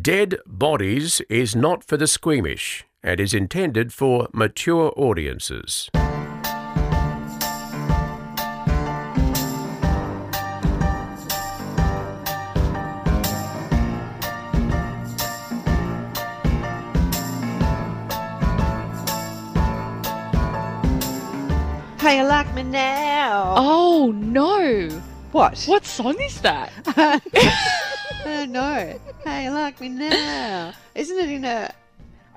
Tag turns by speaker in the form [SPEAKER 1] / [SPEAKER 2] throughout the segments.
[SPEAKER 1] Dead Bodies is not for the squeamish and is intended for mature audiences.
[SPEAKER 2] How you like me now?
[SPEAKER 3] Oh no!
[SPEAKER 2] What?
[SPEAKER 3] What song is that?
[SPEAKER 2] Oh, no. How you like me now? Isn't it in a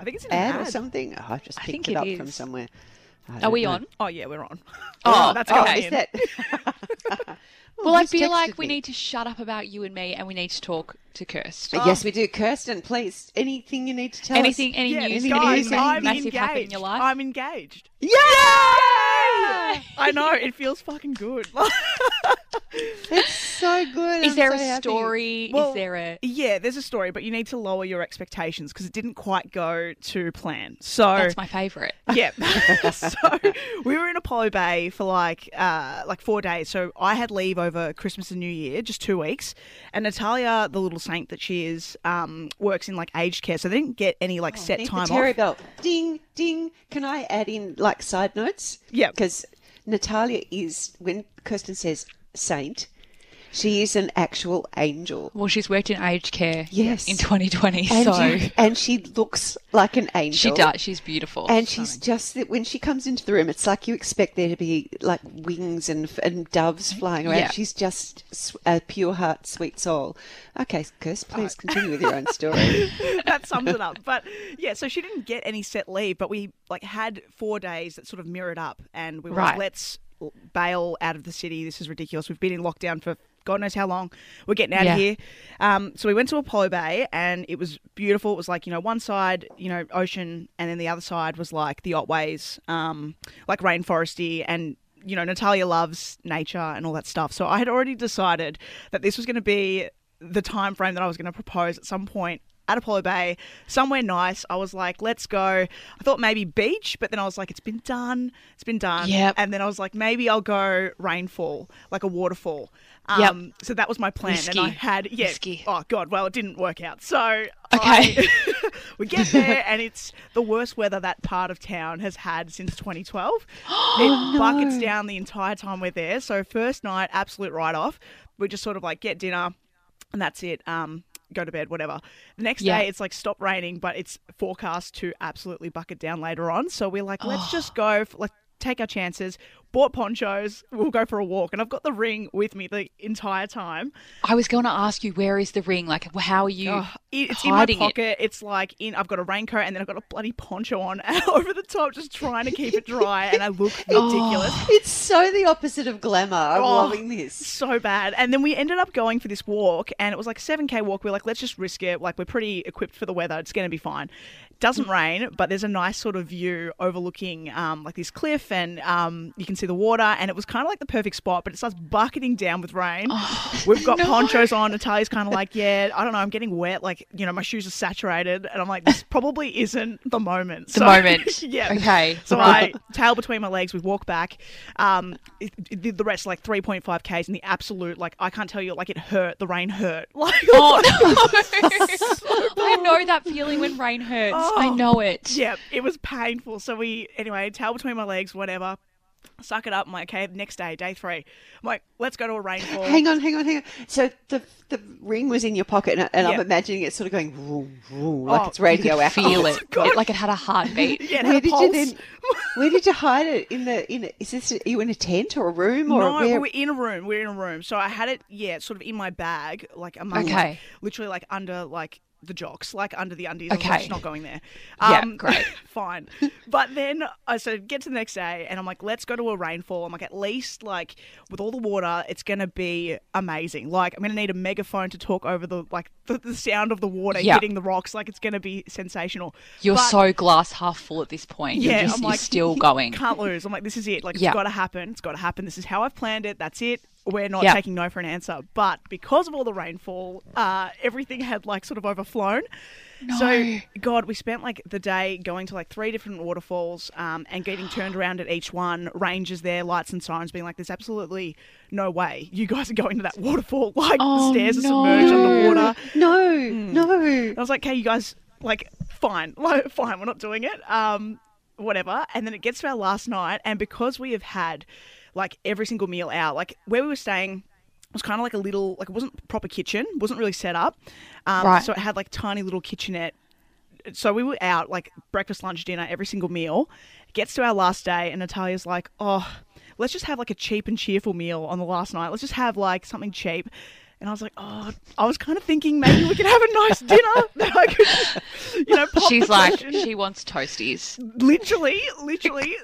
[SPEAKER 4] I think it's in an
[SPEAKER 2] ad or
[SPEAKER 4] ad.
[SPEAKER 2] something? Oh, I've just
[SPEAKER 3] I
[SPEAKER 2] picked
[SPEAKER 3] think
[SPEAKER 2] it
[SPEAKER 3] it
[SPEAKER 2] up from
[SPEAKER 3] is.
[SPEAKER 2] somewhere. I
[SPEAKER 3] Are
[SPEAKER 2] don't
[SPEAKER 3] we
[SPEAKER 2] know.
[SPEAKER 3] on?
[SPEAKER 4] Oh yeah, we're on.
[SPEAKER 3] Oh,
[SPEAKER 4] that's
[SPEAKER 2] Oh,
[SPEAKER 4] okay.
[SPEAKER 2] is that? Oh,
[SPEAKER 3] Well, I
[SPEAKER 2] who's
[SPEAKER 3] feel like
[SPEAKER 2] texted
[SPEAKER 3] we
[SPEAKER 2] me?
[SPEAKER 3] need to shut up about you and me, and we need to talk to Kirst.
[SPEAKER 2] Uh, Yes, we do. Kirsten, please. Anything you need to tell
[SPEAKER 3] Anything,
[SPEAKER 2] us?
[SPEAKER 3] any
[SPEAKER 4] yeah,
[SPEAKER 3] news,
[SPEAKER 2] anything
[SPEAKER 4] guys,
[SPEAKER 3] anything
[SPEAKER 4] I'm
[SPEAKER 3] massive
[SPEAKER 4] engaged.
[SPEAKER 3] happen in your life?
[SPEAKER 4] I'm engaged.
[SPEAKER 2] Yeah!
[SPEAKER 4] I know it feels fucking good.
[SPEAKER 2] It's so good.
[SPEAKER 3] is
[SPEAKER 2] I'm
[SPEAKER 3] there
[SPEAKER 2] so
[SPEAKER 3] a
[SPEAKER 2] happy.
[SPEAKER 3] story?
[SPEAKER 4] Well,
[SPEAKER 3] is there a?
[SPEAKER 4] yeah, there's a story, but you need to lower your expectations because it didn't quite go to plan. So
[SPEAKER 3] That's my favourite.
[SPEAKER 4] Yeah. so we were in Apollo Bay for like uh, like four days. So I had leave over Christmas and New Year, just two weeks. And Natalia, the little saint that she is, um, works in like aged care. So they didn't get any like set
[SPEAKER 2] Need Oh, the
[SPEAKER 4] time
[SPEAKER 2] Terry
[SPEAKER 4] off.
[SPEAKER 2] Bell. Ding, ding. Can I add in like side notes?
[SPEAKER 4] Yeah.
[SPEAKER 2] Because Natalia is when Kirsten says saint, she is an actual angel.
[SPEAKER 3] Well, she's worked in aged care.
[SPEAKER 2] Yes.
[SPEAKER 3] In 2020,
[SPEAKER 2] And,
[SPEAKER 3] so
[SPEAKER 2] she, and she looks like an
[SPEAKER 3] she
[SPEAKER 2] angel.
[SPEAKER 3] does. She's beautiful.
[SPEAKER 2] And she's just that when she comes into the room, it's like you expect there to be like wings and and doves flying around.
[SPEAKER 3] Yeah.
[SPEAKER 2] She's just s- a pure heart, sweet soul. Okay, Kirst, please continue with your own story.
[SPEAKER 4] that sums it up. But yeah, so she didn't get any set leave, but we like had four days that sort of mirrored up, and we were like,
[SPEAKER 3] Right.
[SPEAKER 4] let's l- bail out of the city. This is ridiculous. We've been in lockdown for God knows how long. We're getting out
[SPEAKER 3] Yeah.
[SPEAKER 4] of here. Um, so we went to Apollo Bay, and it was beautiful. It was like you know one side, you know, ocean, and then the other side was like the Otways, um, like rainforesty and. You know, Natalia loves nature and all that stuff. So I had already decided that this was going to be the time frame that I was going to propose at some point at Apollo Bay, somewhere nice. I was like, let's go. I thought maybe beach, but then I was like, it's been done. It's been done.
[SPEAKER 3] Yep.
[SPEAKER 4] And then I was like, maybe I'll go rainfall, like a waterfall. Um,
[SPEAKER 3] Yep.
[SPEAKER 4] So that was my plan. And I
[SPEAKER 3] Risky.
[SPEAKER 4] had, yeah.
[SPEAKER 3] Risky.
[SPEAKER 4] Oh, God. Well, it didn't work out. So
[SPEAKER 3] Okay.
[SPEAKER 4] I- we get there, and it's the worst weather that part of town has had since 2012. it buckets down the entire time we're there. So, first night, absolute write off. We just sort of like get dinner, and that's it. Um, go to bed, whatever. The next
[SPEAKER 3] Yeah.
[SPEAKER 4] day, it's like stop raining, but it's forecast to absolutely bucket down later on. So we're like, let's just go. f let's take our chances. Bought ponchos. We'll go for a walk, and I've got the ring with me the entire time.
[SPEAKER 3] I was going to ask you, where is the ring? Like, how are you?
[SPEAKER 4] Oh, it- it's in my
[SPEAKER 3] hiding it.
[SPEAKER 4] pocket. It's like in. I've got a raincoat, and then I've got a bloody poncho on over the top, just trying to keep it dry, and I look
[SPEAKER 3] Oh.
[SPEAKER 4] ridiculous.
[SPEAKER 2] it's so the opposite of glamour. I'm
[SPEAKER 4] Oh.
[SPEAKER 2] loving this.
[SPEAKER 4] so bad. And then we ended up going for this walk, and it was like a 7K walk. We are like, let's just risk it. Like, we're pretty equipped for the weather. It's going to be fine. Doesn't rain, but there's a nice sort of view overlooking um, like this cliff, and um, you can see the water. And it was kind of like the perfect spot, but it starts bucketing down with rain. We've got ponchos on. Natalia's kind of like, yeah, I don't know, I'm getting wet. Like, you know, my shoes are saturated. And I'm like, this probably isn't the moment.
[SPEAKER 3] the moment.
[SPEAKER 4] yeah.
[SPEAKER 3] Okay.
[SPEAKER 4] So I tail between my legs. We walk back. Um, it, it- the rest like three point five k's in the absolute. Like I can't tell you. Like it hurt. The rain hurt. Like
[SPEAKER 3] Oh no! I know that feeling when rain hurts. I
[SPEAKER 4] Oh,
[SPEAKER 3] know it.
[SPEAKER 4] yeah, it was painful. So we anyway tail between my legs. Whatever. Suck it up. I'm like, okay, next day, day three. I'm like, let's go to a rainfall.
[SPEAKER 2] Hang on, hang on, hang on. So the the ring was in your pocket, and, and I'm
[SPEAKER 4] Yeah.
[SPEAKER 2] imagining it sort of going vroom, vroom, like
[SPEAKER 4] Oh,
[SPEAKER 2] it's radio active.
[SPEAKER 3] Feel it. It- Like it had a heartbeat.
[SPEAKER 4] Yeah, it had
[SPEAKER 2] Where
[SPEAKER 4] a
[SPEAKER 2] did you
[SPEAKER 4] pulse.
[SPEAKER 2] then? Where did you hide it? In the in? A, is this are you in a tent or a room or
[SPEAKER 4] no,
[SPEAKER 2] where?
[SPEAKER 4] we were in a room. We were in a room. So I had it, yeah, sort of in my bag, like among,
[SPEAKER 3] Okay.
[SPEAKER 4] like, literally like under like the jocks, like under the undies. I was like,
[SPEAKER 3] Okay.
[SPEAKER 4] it's not going there. Um,
[SPEAKER 3] Yeah, great.
[SPEAKER 4] fine. But then I so get to the next day, and I'm like, let's go to a rainfall. I'm like, at least like with all the water, it's gonna be amazing. Like I'm gonna need a megaphone to talk over the like the, the sound of the water
[SPEAKER 3] Yeah.
[SPEAKER 4] hitting the rocks. Like it's gonna be sensational.
[SPEAKER 3] You're
[SPEAKER 4] But-
[SPEAKER 3] so glass half full at this point.
[SPEAKER 4] yeah,
[SPEAKER 3] you're, just,
[SPEAKER 4] I'm
[SPEAKER 3] you're
[SPEAKER 4] like,
[SPEAKER 3] still going.
[SPEAKER 4] Can't lose. I'm like, this is it. Like,
[SPEAKER 3] Yeah.
[SPEAKER 4] it's got to happen. It's got to happen. This is how I've planned it. That's it. We're not
[SPEAKER 3] Yeah.
[SPEAKER 4] taking no for an answer. But because of all the rainfall, uh, everything had like sort of overflown. So, God, we spent like the day going to like three different waterfalls um, and getting turned around at each one, rangers there, lights and sirens, being like, there's absolutely no way you guys are going to that waterfall. Like,
[SPEAKER 3] Oh,
[SPEAKER 4] the stairs are
[SPEAKER 3] no.
[SPEAKER 4] submerged underwater.
[SPEAKER 2] No,
[SPEAKER 4] Hmm.
[SPEAKER 2] no.
[SPEAKER 4] And I was like, okay, you guys, like, fine, like, fine, we're not doing it. Um, whatever. And then it gets to our last night, and because we have had like every single meal out, like where we were staying was kind of like a little, like it wasn't proper kitchen, wasn't really set up. Um,
[SPEAKER 3] Right.
[SPEAKER 4] So it had like tiny little kitchenette. So we were out like breakfast, lunch, dinner, every single meal. It gets to our last day, and Natalia's like, oh, let's just have like a cheap and cheerful meal on the last night. Let's just have like something cheap. And I was like, oh, I was kind of thinking maybe we could have a nice dinner that I could, you know, pop
[SPEAKER 3] She's
[SPEAKER 4] the
[SPEAKER 3] like,
[SPEAKER 4] question
[SPEAKER 3] she wants toasties.
[SPEAKER 4] literally, literally,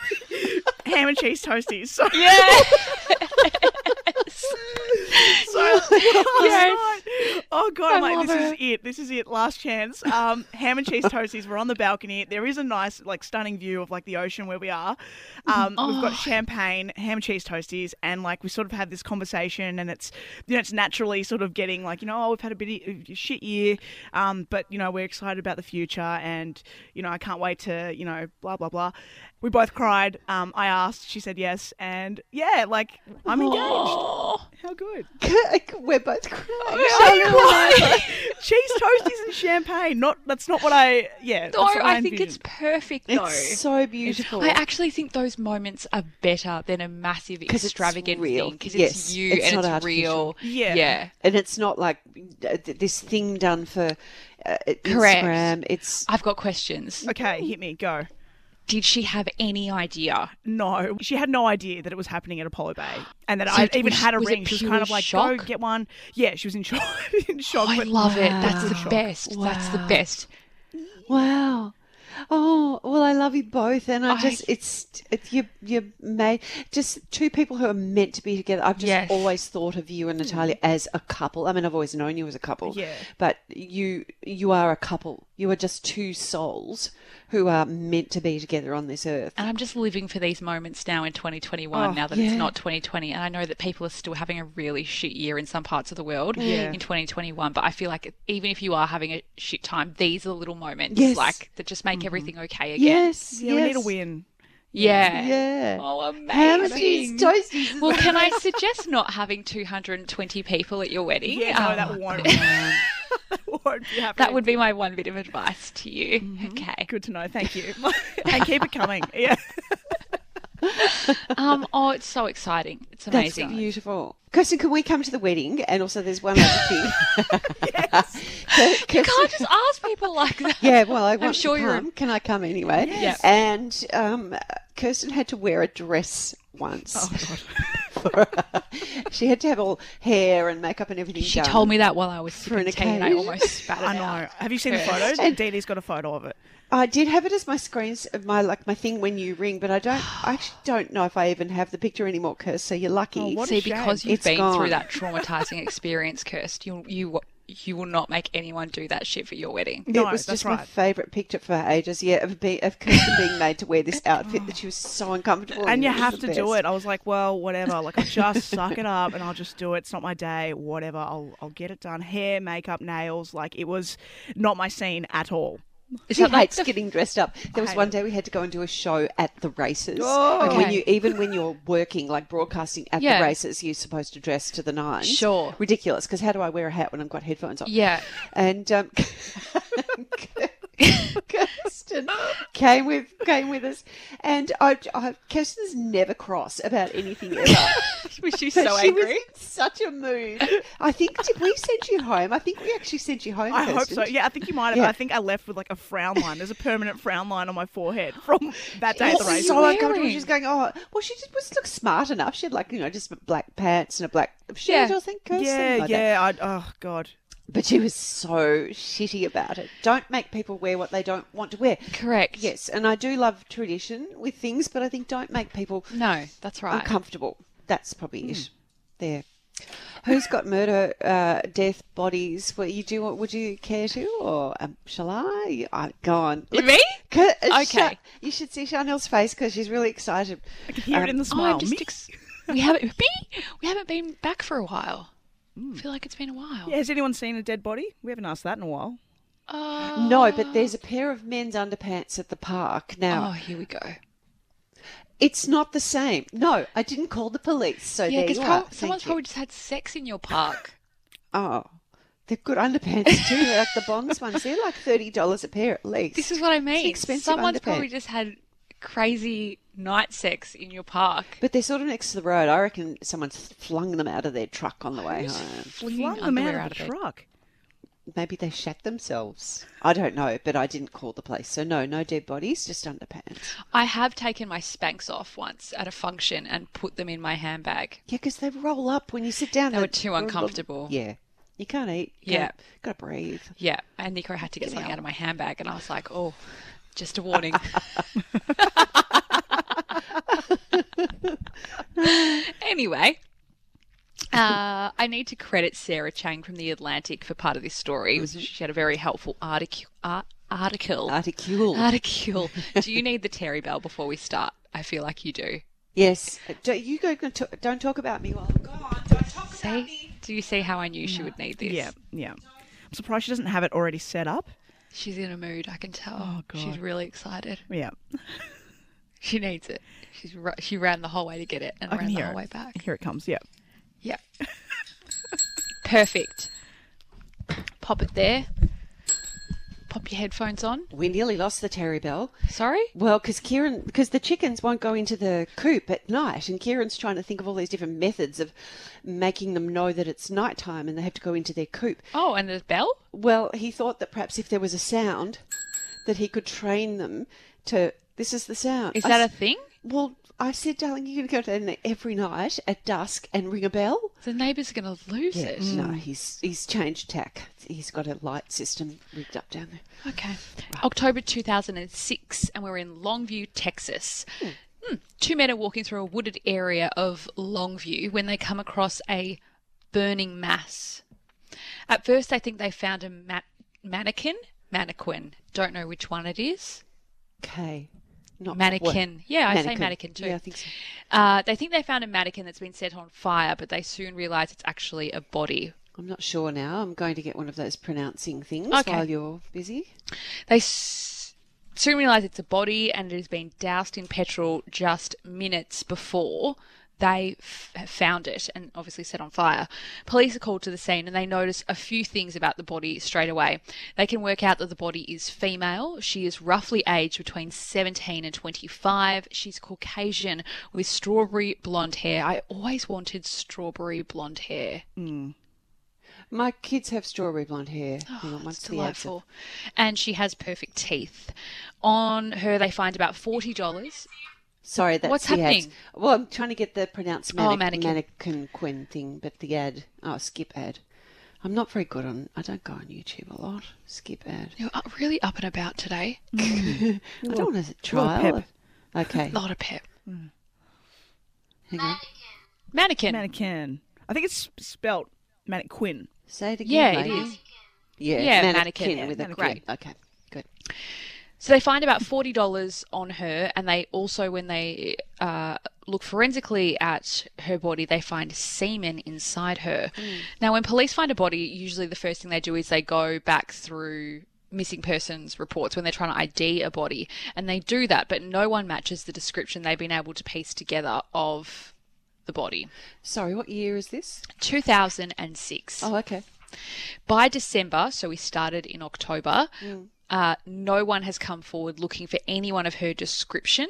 [SPEAKER 4] ham and cheese toasties. So,
[SPEAKER 3] Yeah.
[SPEAKER 4] so last
[SPEAKER 3] Yes.
[SPEAKER 4] night- oh god, I'm
[SPEAKER 3] I
[SPEAKER 4] like,
[SPEAKER 3] love
[SPEAKER 4] this is it. This is it. Last chance. Um, ham and cheese toasties. We're on the balcony. There is a nice, like, stunning view of like the ocean where we are.
[SPEAKER 3] Mm-hmm.
[SPEAKER 4] Um, we've
[SPEAKER 3] Oh.
[SPEAKER 4] got champagne, ham and cheese toasties, and like we sort of have this conversation, and it's you know it's naturally sort of getting like you know oh we've had a bit of a shit year, um, but you know we're excited about the future, and you know I can't wait to you know blah blah blah. We both cried. Um, I asked, she said yes, and yeah, like I'm engaged.
[SPEAKER 2] Oh,
[SPEAKER 4] How good.
[SPEAKER 2] We're both crying.
[SPEAKER 4] cheese toasties and champagne. Not that's not what I. Yeah.
[SPEAKER 3] No,
[SPEAKER 4] that's what
[SPEAKER 3] I think it's
[SPEAKER 4] envisioned.
[SPEAKER 3] perfect though.
[SPEAKER 2] It's so beautiful.
[SPEAKER 3] I actually think those moments are better than a massive
[SPEAKER 2] 'Cause it's
[SPEAKER 3] extravagant
[SPEAKER 2] real.
[SPEAKER 3] thing because
[SPEAKER 2] Yes,
[SPEAKER 3] it's you
[SPEAKER 2] it's
[SPEAKER 3] and
[SPEAKER 2] not
[SPEAKER 3] it's
[SPEAKER 2] artificial.
[SPEAKER 3] real.
[SPEAKER 4] Yeah.
[SPEAKER 3] yeah.
[SPEAKER 2] and it's not like uh, th- this thing done for uh, Instagram. It's
[SPEAKER 3] I've got questions.
[SPEAKER 4] Okay, hit me. Go.
[SPEAKER 3] Did she have any idea?
[SPEAKER 4] No, she had no idea that it was happening at Apollo Bay, and that
[SPEAKER 3] So
[SPEAKER 4] I
[SPEAKER 3] it
[SPEAKER 4] even
[SPEAKER 3] was-
[SPEAKER 4] had a
[SPEAKER 3] was it
[SPEAKER 4] ring. She was
[SPEAKER 3] pure
[SPEAKER 4] kind of like, "Go
[SPEAKER 3] shock? Oh,
[SPEAKER 4] get one." Yeah, she was in shock. in shock.
[SPEAKER 3] I
[SPEAKER 4] but-
[SPEAKER 3] love it. That's the best. That's the
[SPEAKER 2] Wow.
[SPEAKER 3] best.
[SPEAKER 2] wow. Oh well, I love you both, and I
[SPEAKER 3] I-
[SPEAKER 2] just it's it's you you made just two people who are meant to be together. I've just
[SPEAKER 3] Yes.
[SPEAKER 2] always thought of you and Natalia as a couple. I mean, I've always known you as a couple,
[SPEAKER 4] Mm. Yeah.
[SPEAKER 2] But you you are a couple. You are just two souls who are meant to be together on this earth.
[SPEAKER 4] Uh,
[SPEAKER 3] And I'm just living for these moments now in 2021,
[SPEAKER 4] Oh,
[SPEAKER 3] now that
[SPEAKER 2] yeah.
[SPEAKER 3] it's not 2020. And I know that people are still having a really shit year in some parts of the world
[SPEAKER 4] Yeah.
[SPEAKER 3] in 2021. But I feel like even if you are having a shit time, these are the little moments
[SPEAKER 2] Yes.
[SPEAKER 3] like that just make everything okay again.
[SPEAKER 2] Yes,
[SPEAKER 4] Mm-hmm. Yeah,
[SPEAKER 2] yes.
[SPEAKER 4] we need a win.
[SPEAKER 3] Yeah.
[SPEAKER 2] Yeah.
[SPEAKER 3] Oh,
[SPEAKER 2] Ham
[SPEAKER 3] amazing.
[SPEAKER 2] and cheese toasties is
[SPEAKER 3] Well, can I suggest not having 220 people at your wedding?
[SPEAKER 4] Yeah,
[SPEAKER 3] Um,
[SPEAKER 4] no, that won't. that won't be happening.
[SPEAKER 3] that would be my one bit of advice to you.
[SPEAKER 4] Mm-hmm.
[SPEAKER 3] Okay.
[SPEAKER 4] good to know. Thank you, and keep it coming. Yeah.
[SPEAKER 3] Um. Oh, it's so exciting. It's
[SPEAKER 2] That's
[SPEAKER 3] amazing.
[SPEAKER 2] beautiful. Kirsten, can we come to the wedding? And also, there's one other thing.
[SPEAKER 3] You can't just ask people like that.
[SPEAKER 2] Yeah, well, I want to
[SPEAKER 3] sure you're-
[SPEAKER 2] come. Can I come anyway?
[SPEAKER 3] Yes. Yep.
[SPEAKER 2] And um, Kirsten had to wear a dress once.
[SPEAKER 4] Oh,
[SPEAKER 2] For- she had to have all hair and makeup and everything
[SPEAKER 3] She
[SPEAKER 2] done.
[SPEAKER 3] told me that while I was
[SPEAKER 2] For
[SPEAKER 3] sipping
[SPEAKER 2] an
[SPEAKER 3] tea, and I
[SPEAKER 2] occasion.
[SPEAKER 3] almost spat it
[SPEAKER 4] I know.
[SPEAKER 3] out.
[SPEAKER 4] Have you seen the photos? Dee Dee's got a photo of it.
[SPEAKER 2] I did have it as my screens, my like my thing when you ring, but I don't. I actually don't know if I even have the picture anymore, Kirsten. So you're lucky.
[SPEAKER 4] Oh, what a
[SPEAKER 3] See,
[SPEAKER 4] shame.
[SPEAKER 3] because you've
[SPEAKER 2] It's
[SPEAKER 3] been
[SPEAKER 2] gone.
[SPEAKER 3] through that traumatizing experience, Kirst, you you you will not make anyone do that shit for your wedding.
[SPEAKER 4] No,
[SPEAKER 2] it was
[SPEAKER 4] that's
[SPEAKER 2] just my
[SPEAKER 4] right.
[SPEAKER 2] favourite picture for ages. Yeah, of, be, of Kirsten being made to wear this outfit that she was so uncomfortable. in.
[SPEAKER 4] and you
[SPEAKER 2] It was
[SPEAKER 4] have
[SPEAKER 2] the
[SPEAKER 4] to do
[SPEAKER 2] best.
[SPEAKER 4] it. I was like, well, whatever. Like, I'll just suck it up and I'll just do it. It's not my day. Whatever. I'll I'll get it done. Hair, makeup, nails. Like, it was not my scene at all.
[SPEAKER 3] Is
[SPEAKER 2] She
[SPEAKER 3] that like
[SPEAKER 2] hates getting dressed up. There was
[SPEAKER 4] hate
[SPEAKER 2] one day we had to go and do a show at the races.
[SPEAKER 4] Oh.
[SPEAKER 2] Like when
[SPEAKER 3] Okay.
[SPEAKER 2] you, even when you're working, like broadcasting at
[SPEAKER 3] Yeah.
[SPEAKER 2] the races, you're supposed to dress to the nines.
[SPEAKER 3] Sure.
[SPEAKER 2] ridiculous. Because how do I wear a hat when I've got headphones on?
[SPEAKER 3] yeah?
[SPEAKER 2] and um, Kirsten came with came with us, and I, I Kirsten's never cross about anything ever.
[SPEAKER 3] Was she
[SPEAKER 2] But
[SPEAKER 3] so
[SPEAKER 2] she
[SPEAKER 3] angry?
[SPEAKER 2] was in such a mood. I think did we send you home? I think we actually sent you home.
[SPEAKER 4] I hope
[SPEAKER 2] Kirsten.
[SPEAKER 4] so. Yeah, I think you might have.
[SPEAKER 2] Yeah.
[SPEAKER 4] I think I left with like a frown line. There's a permanent frown line on my forehead from that day
[SPEAKER 2] It
[SPEAKER 4] at the
[SPEAKER 2] was
[SPEAKER 4] race.
[SPEAKER 2] so
[SPEAKER 3] Wearing.
[SPEAKER 2] uncomfortable. She was going, oh, well, she just was looked smart enough. She had like you know just black pants and a black shirt.
[SPEAKER 3] Yeah.
[SPEAKER 2] I think Kirsten.
[SPEAKER 4] yeah,
[SPEAKER 2] like that.
[SPEAKER 4] yeah. I, oh God.
[SPEAKER 2] But she was so shitty about it. Don't make people wear what they don't want to wear.
[SPEAKER 3] Correct.
[SPEAKER 2] Yes, and I do love tradition with things, but I think don't make people
[SPEAKER 3] No, that's right. Hmm.
[SPEAKER 2] uncomfortable. That's probably it. There. Who's got murder, uh, death, bodies? What you do? What would you care to, or um, shall I? I go on.
[SPEAKER 3] You Me?
[SPEAKER 2] K- uh,
[SPEAKER 3] Okay.
[SPEAKER 2] Sha- you should see Chanel's face because she's really excited.
[SPEAKER 4] I can hear
[SPEAKER 2] Um,
[SPEAKER 4] it in the
[SPEAKER 3] Oh,
[SPEAKER 4] smile.
[SPEAKER 3] I'm just
[SPEAKER 4] Mix.
[SPEAKER 3] ex- we haven't me? we haven't been
[SPEAKER 2] Mm.
[SPEAKER 3] back for a while. I feel like it's been a while.
[SPEAKER 4] Yeah, has anyone seen a dead body? We haven't asked that in a while.
[SPEAKER 2] No, but there's a pair of men's underpants at the park.
[SPEAKER 3] Oh,
[SPEAKER 2] Now,
[SPEAKER 3] here we go.
[SPEAKER 2] it's not the same. No, I didn't call the police. So there
[SPEAKER 3] Yeah,
[SPEAKER 2] you
[SPEAKER 3] because
[SPEAKER 2] are. Thank
[SPEAKER 3] someone's
[SPEAKER 2] you.
[SPEAKER 3] probably just had sex in your park.
[SPEAKER 2] Oh, they're good underpants too, like the Bongs ones. They're like $30 a pair at least.
[SPEAKER 3] This is what I mean.
[SPEAKER 2] expensive
[SPEAKER 3] Someone's
[SPEAKER 2] underpants.
[SPEAKER 3] probably just had crazy night sex in your park.
[SPEAKER 2] But they're sort of next to the road. I reckon someone's flung them out of their truck on the way
[SPEAKER 3] Who's
[SPEAKER 2] home.
[SPEAKER 3] flinging
[SPEAKER 4] Flung them
[SPEAKER 3] underwear
[SPEAKER 4] out of the
[SPEAKER 3] their-
[SPEAKER 4] truck.
[SPEAKER 2] Maybe they shat themselves. I don't know, but I didn't call the police. So no, no dead bodies, just underpants.
[SPEAKER 3] I have taken my Spanx off once at a function and put them in my handbag.
[SPEAKER 2] Yeah, because they roll up when you sit down.
[SPEAKER 3] They were too
[SPEAKER 2] roll up.
[SPEAKER 3] uncomfortable.
[SPEAKER 2] Yeah. You can't eat.
[SPEAKER 3] Yeah.
[SPEAKER 2] Got to breathe.
[SPEAKER 3] Yeah, and Nico had to get something out of my handbag, and I was like, oh, just a warning. anyway, uh, I need to credit Sarah Chang from The Atlantic for part of this story. It was-
[SPEAKER 4] Mm-hmm.
[SPEAKER 3] She had a very helpful article. Ar- article.
[SPEAKER 2] Articule.
[SPEAKER 3] Uh, Article. Do you need the Terry Bell before we start? I feel like you do.
[SPEAKER 2] yes. Uh, Don't, you go, don't talk about me while I'm gone. Don't talk about me.
[SPEAKER 3] See? Do you see how I knew she would need this?
[SPEAKER 4] Yeah, yeah. I'm surprised she doesn't have it already set up.
[SPEAKER 3] She's in a mood, I can tell. Oh,
[SPEAKER 4] God.
[SPEAKER 3] She's really excited.
[SPEAKER 4] Yeah,
[SPEAKER 3] She needs it. She's ru- she ran the whole way to get it and
[SPEAKER 4] I can
[SPEAKER 3] ran the
[SPEAKER 4] hear
[SPEAKER 3] whole
[SPEAKER 4] it.
[SPEAKER 3] way back.
[SPEAKER 4] Here it comes. Yeah.
[SPEAKER 3] Yeah. Perfect. Pop it there. Pop your headphones on.
[SPEAKER 2] We nearly lost the Terry Bell.
[SPEAKER 3] Sorry?
[SPEAKER 2] Well, because Kieran, because the chickens won't go into the coop at night, and Kieran's trying to think of all these different methods of making them know that it's nighttime and they have to go into their coop.
[SPEAKER 3] Oh, and the bell?
[SPEAKER 2] Well, he thought that perhaps if there was a sound, that he could train them to. This is the sound.
[SPEAKER 3] Is
[SPEAKER 2] I
[SPEAKER 3] that a
[SPEAKER 2] s-
[SPEAKER 3] thing?
[SPEAKER 2] Well, I said, darling, you're going to go down there every night at dusk and ring a bell.
[SPEAKER 3] The neighbours are going to lose it.
[SPEAKER 2] No, he's he's changed tack. He's got a light system rigged up down there.
[SPEAKER 3] Okay. October 2006, and we're in Longview, Texas. Hmm. Two men are walking through a wooded area of Longview when they come across a burning mass. At first, they think they found a ma- mannequin. Mannequin. Don't know which one it is.
[SPEAKER 2] Okay. Not
[SPEAKER 3] Mannequin. Yeah, I say mannequin too.
[SPEAKER 2] Yeah, I think so.
[SPEAKER 3] Uh, they think they found a mannequin that's been set on fire, but they soon realise it's actually a body.
[SPEAKER 2] I'm not sure now. I'm going to get one of those pronouncing things
[SPEAKER 3] Okay.
[SPEAKER 2] while you're busy.
[SPEAKER 3] They s- soon realise it's a body and it has been doused in petrol just minutes before they f- found it and obviously set on fire. Police are called to the scene and they notice a few things about the body straight away. They can work out that the body is female. She is roughly aged between 17 and 25. She's Caucasian with strawberry blonde hair. I always wanted strawberry blonde hair.
[SPEAKER 2] My kids have strawberry blonde hair. Hang on,
[SPEAKER 3] It's
[SPEAKER 2] once the ads are-
[SPEAKER 3] Oh, delightful. And she has perfect teeth. On her, they find about forty dollars.
[SPEAKER 2] Sorry, that's
[SPEAKER 3] What's
[SPEAKER 2] the
[SPEAKER 3] happening?
[SPEAKER 2] Ads. Well, I'm trying to get the pronounced
[SPEAKER 3] Oh,
[SPEAKER 2] mannequin,
[SPEAKER 3] mannequin.
[SPEAKER 2] mannequin Quinn thing, but the ad. Oh, skip ad. I'm not very good on. I don't go on YouTube a lot. Skip ad.
[SPEAKER 3] You're up- really up and about today. A
[SPEAKER 2] I don't want to
[SPEAKER 4] lot of
[SPEAKER 2] trial.
[SPEAKER 4] pep.
[SPEAKER 2] Okay,
[SPEAKER 3] lot of pep.
[SPEAKER 2] hang on.
[SPEAKER 3] Mannequin.
[SPEAKER 4] Mannequin. I think it's spelt mannequin.
[SPEAKER 2] Say it again.
[SPEAKER 3] Yeah, it
[SPEAKER 2] ladies.
[SPEAKER 3] is.
[SPEAKER 2] Yeah,
[SPEAKER 3] Yeah,
[SPEAKER 2] mannequin,
[SPEAKER 3] mannequin, yeah,
[SPEAKER 2] with a
[SPEAKER 3] mannequin.
[SPEAKER 2] great. Okay, good.
[SPEAKER 3] So they find about forty dollars on her, and they also, when they uh, look forensically at her body, they find semen inside her. Now, when police find a body, usually the first thing they do is they go back through missing persons reports when they're trying to ID a body, and they do that, but no one matches the description they've been able to piece together of the body.
[SPEAKER 2] Sorry, what year is this?
[SPEAKER 3] 2006.
[SPEAKER 2] Oh, okay.
[SPEAKER 3] By December, so we started in October, uh, no one has come forward looking for anyone of her description.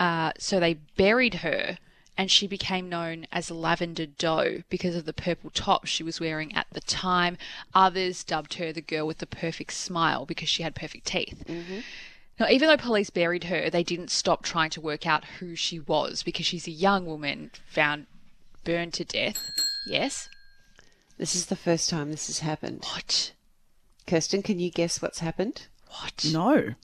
[SPEAKER 3] Uh, so they buried her and she became known as Lavender Doe because of the purple top she was wearing at the time. Others dubbed her the girl with the perfect smile because she had perfect teeth. Now, even though police buried her, they didn't stop trying to work out who she was because she's a young woman found burned to death. Yes?
[SPEAKER 2] This is the first time this has happened.
[SPEAKER 3] What?
[SPEAKER 2] Kirsten, can you guess what's happened?
[SPEAKER 3] What?
[SPEAKER 4] No.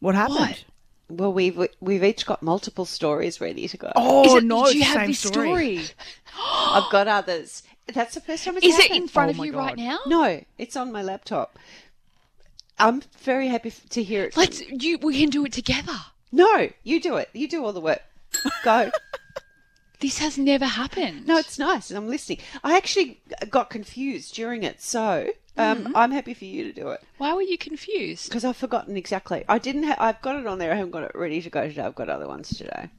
[SPEAKER 4] What happened?
[SPEAKER 3] What?
[SPEAKER 2] Well, we've we've each got multiple stories ready to go.
[SPEAKER 3] Is
[SPEAKER 4] Oh
[SPEAKER 3] it-
[SPEAKER 4] no!
[SPEAKER 3] did you
[SPEAKER 4] it's the
[SPEAKER 3] have
[SPEAKER 4] same
[SPEAKER 3] this story?
[SPEAKER 2] I've got others. That's the first time it's
[SPEAKER 3] Is it
[SPEAKER 2] happened.
[SPEAKER 3] in front
[SPEAKER 4] Oh
[SPEAKER 3] of
[SPEAKER 4] my
[SPEAKER 3] you right
[SPEAKER 4] God.
[SPEAKER 3] now?
[SPEAKER 2] No, it's on my laptop. I'm very happy f- to hear it. from-
[SPEAKER 3] Let's you we can do it together.
[SPEAKER 2] No, you do it. You do all the work. Go.
[SPEAKER 3] This has never happened.
[SPEAKER 2] no, it's nice, and I'm listening. I actually got confused during it, so Um,
[SPEAKER 3] Mm-hmm.
[SPEAKER 2] I'm happy for you to do it
[SPEAKER 3] Why were you confused?
[SPEAKER 2] because I've forgotten exactly. I didn't. Ha- I've got it on there. I haven't got it ready to go today. I've got other ones today.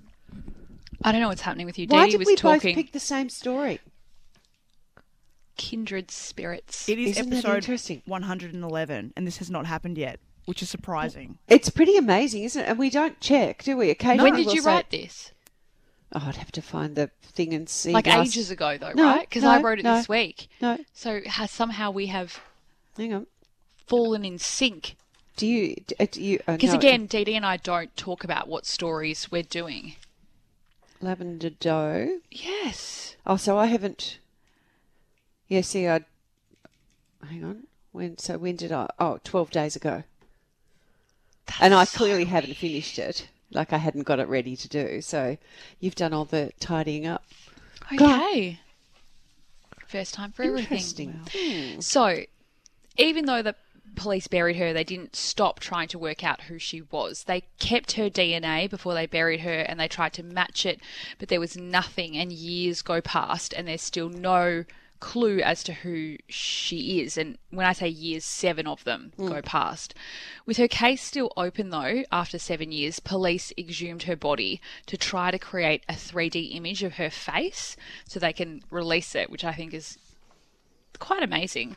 [SPEAKER 3] I don't know what's happening with you.
[SPEAKER 2] Why
[SPEAKER 3] Dee Dee
[SPEAKER 2] did
[SPEAKER 3] was
[SPEAKER 2] we
[SPEAKER 3] talking
[SPEAKER 2] both pick the same story?
[SPEAKER 3] kindred spirits.
[SPEAKER 4] It is
[SPEAKER 2] Isn't that
[SPEAKER 4] episode
[SPEAKER 2] interesting?
[SPEAKER 4] 111, and this has not happened yet, which is surprising.
[SPEAKER 2] It's pretty amazing, isn't it? And we don't check, do we? Occasionally,
[SPEAKER 3] when did
[SPEAKER 2] we'll
[SPEAKER 3] you
[SPEAKER 2] say-
[SPEAKER 3] write this?
[SPEAKER 2] Oh, I'd have to find the thing and see.
[SPEAKER 3] Like
[SPEAKER 2] last-
[SPEAKER 3] ages ago, though,
[SPEAKER 2] No,
[SPEAKER 3] right? Because I
[SPEAKER 2] no,
[SPEAKER 3] wrote it
[SPEAKER 2] no.
[SPEAKER 3] this week.
[SPEAKER 2] No,
[SPEAKER 3] So has, somehow we have
[SPEAKER 2] hang on.
[SPEAKER 3] fallen in sync.
[SPEAKER 2] Do you? d- uh, Do you?
[SPEAKER 3] Because again, Dee Dee and I don't talk about what stories we're doing.
[SPEAKER 2] lavender dough.
[SPEAKER 3] Yes.
[SPEAKER 2] Oh, so I haven't. Yeah, see, I. Hang on. When? So when did I? Oh, 12 days ago. and I clearly haven't finished it. Like I hadn't got it ready to do. So you've done all the tidying up.
[SPEAKER 3] Okay. First time for everything.
[SPEAKER 2] Interesting.
[SPEAKER 3] So, even though the police buried her, they didn't stop trying to work out who she was. They kept her DNA before they buried her and they tried to match it, but there was nothing, and years go past, and there's still no clue as to who she is. And when I say years, seven of them go past. With her case still open, though, after seven years, police exhumed her body to try to create a 3D image of her face so they can release it, which I think is quite amazing.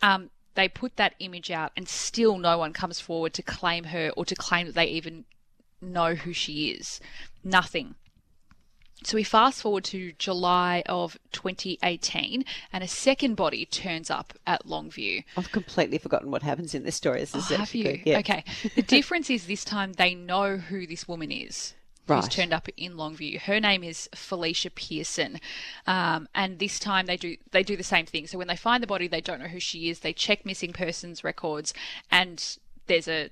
[SPEAKER 3] Um, they put that image out, and still no one comes forward to claim her or to claim that they even know who she is. Nothing. So we fast forward to July of 2018, and a second body turns up at Longview.
[SPEAKER 2] I've completely forgotten what happens in this story. This is
[SPEAKER 3] Oh, have
[SPEAKER 2] actually
[SPEAKER 3] you?
[SPEAKER 2] good. Yeah.
[SPEAKER 3] Okay. The difference is this time they know who this woman is.
[SPEAKER 2] Right.
[SPEAKER 3] Who's turned up in Longview? Her name is Felicia Pearson, um, and this time they do they do the same thing. So when they find the body, they don't know who she is. They check missing persons records, and there's a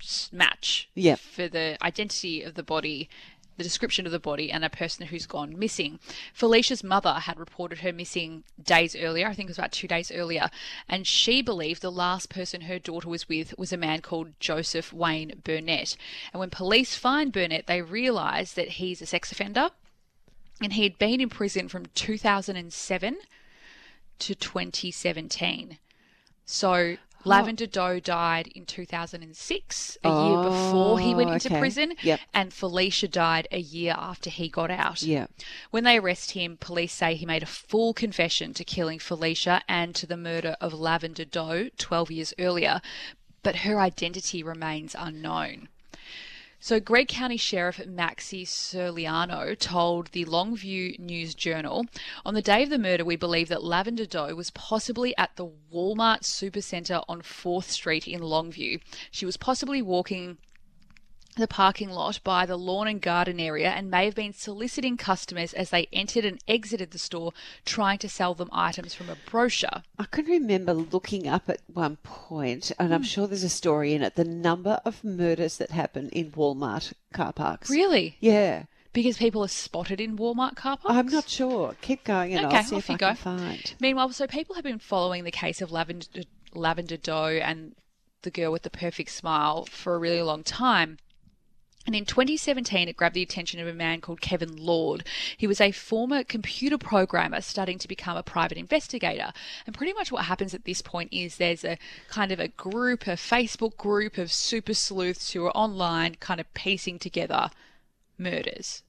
[SPEAKER 3] s- match
[SPEAKER 2] Yeah.
[SPEAKER 3] for the identity of the body, the description of the body, and a person who's gone missing. Felicia's mother had reported her missing days earlier, I think it was about two days earlier, and she believed the last person her daughter was with was a man called Joseph Wayne Burnett. And when police find Burnett, they realise that he's a sex offender and he had been in prison from 2007 to 2017. So
[SPEAKER 2] Oh.
[SPEAKER 3] Lavender Doe died in 2006, a year before he went
[SPEAKER 2] Oh,
[SPEAKER 3] into
[SPEAKER 2] okay.
[SPEAKER 3] prison,
[SPEAKER 2] Yep.
[SPEAKER 3] and Felicia died a year after he got out.
[SPEAKER 2] Yeah.
[SPEAKER 3] When they arrest him, police say he made a full confession to killing Felicia and to the murder of Lavender Doe 12 years earlier, but her identity remains unknown. So, Gregg County Sheriff Maxi Serliano told the Longview News Journal On the day of the murder, we believe that Lavender Doe was possibly at the Walmart Supercenter on 4th Street in Longview. She was possibly walking the parking lot by the lawn and garden area and may have been soliciting customers as they entered and exited the store trying to sell them items from a brochure.
[SPEAKER 2] I can remember looking up at one point, and
[SPEAKER 3] Hmm.
[SPEAKER 2] I'm sure there's a story in it. The number of murders that happen in Walmart car parks.
[SPEAKER 3] Really?
[SPEAKER 2] Yeah.
[SPEAKER 3] Because people are spotted in Walmart car parks?
[SPEAKER 2] I'm not sure. Keep going, and
[SPEAKER 3] Okay,
[SPEAKER 2] I'll see
[SPEAKER 3] off
[SPEAKER 2] if
[SPEAKER 3] you
[SPEAKER 2] I
[SPEAKER 3] go.
[SPEAKER 2] can find.
[SPEAKER 3] Meanwhile, so people have been following the case of Lavender, Lavender Doe and the girl with the perfect smile for a really long time. And in 2017, it grabbed the attention of a man called Kevin Lord. He was a former computer programmer studying to become a private investigator. And pretty much what happens at this point is there's a kind of a group, a Facebook group of super sleuths who are online kind of piecing together murders.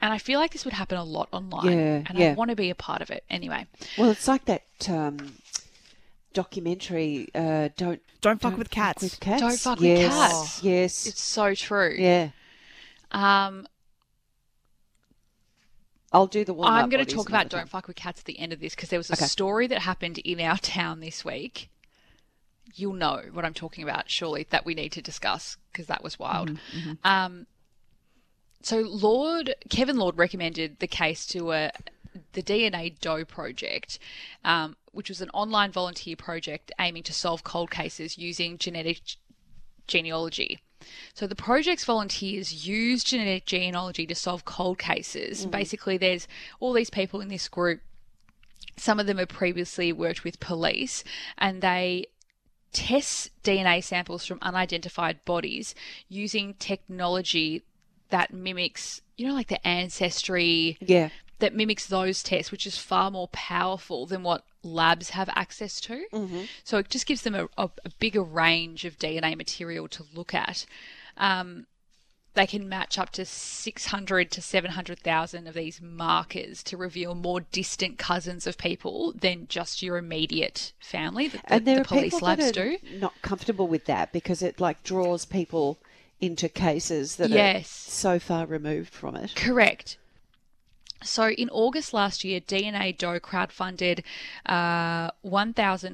[SPEAKER 3] And I feel like this would happen a lot online.
[SPEAKER 2] Yeah,
[SPEAKER 3] and I
[SPEAKER 2] yeah.
[SPEAKER 3] want to be a part of it. Anyway,
[SPEAKER 2] Well, it's like that um, documentary. Uh, don't
[SPEAKER 4] Don't fuck with cats.
[SPEAKER 2] with cats.
[SPEAKER 3] Don't fuck with
[SPEAKER 2] yes.
[SPEAKER 3] cats.
[SPEAKER 2] Yes.
[SPEAKER 3] It's so true.
[SPEAKER 2] yeah.
[SPEAKER 3] Um,
[SPEAKER 2] I'll do the one.
[SPEAKER 3] I'm going to talk about Don't Fuck with Cats at the end of this because there was a
[SPEAKER 2] Okay.
[SPEAKER 3] story that happened in our town this week. You'll know what I'm talking about, surely, that we need to discuss because that was wild.
[SPEAKER 2] Mm-hmm,
[SPEAKER 3] Um, so Lord Kevin Lord recommended the case to a the DNA Doe Project, um, which was an online volunteer project aiming to solve cold cases using genetic genealogy. So the project's volunteers use genetic genealogy to solve cold cases. Basically, there's all these people in this group. Some of them have previously worked with police, and they test DNA samples from unidentified bodies using technology that mimics, you know, like the ancestry
[SPEAKER 2] Yeah.
[SPEAKER 3] that mimics those tests, which is far more powerful than what labs have access to.
[SPEAKER 2] Mm-hmm.
[SPEAKER 3] So it just gives them a, a, a bigger range of DNA material to look at. Um, they can match up to 600 to 700,000 of these markers to reveal more distant cousins of people than just your immediate family that the,
[SPEAKER 2] and there
[SPEAKER 3] the
[SPEAKER 2] are
[SPEAKER 3] police
[SPEAKER 2] people
[SPEAKER 3] labs
[SPEAKER 2] that are
[SPEAKER 3] do.
[SPEAKER 2] not comfortable with that because it like draws people into cases that
[SPEAKER 3] Yes.
[SPEAKER 2] are so far removed from it.
[SPEAKER 3] Correct. So in August last year, DNA Doe crowdfunded uh,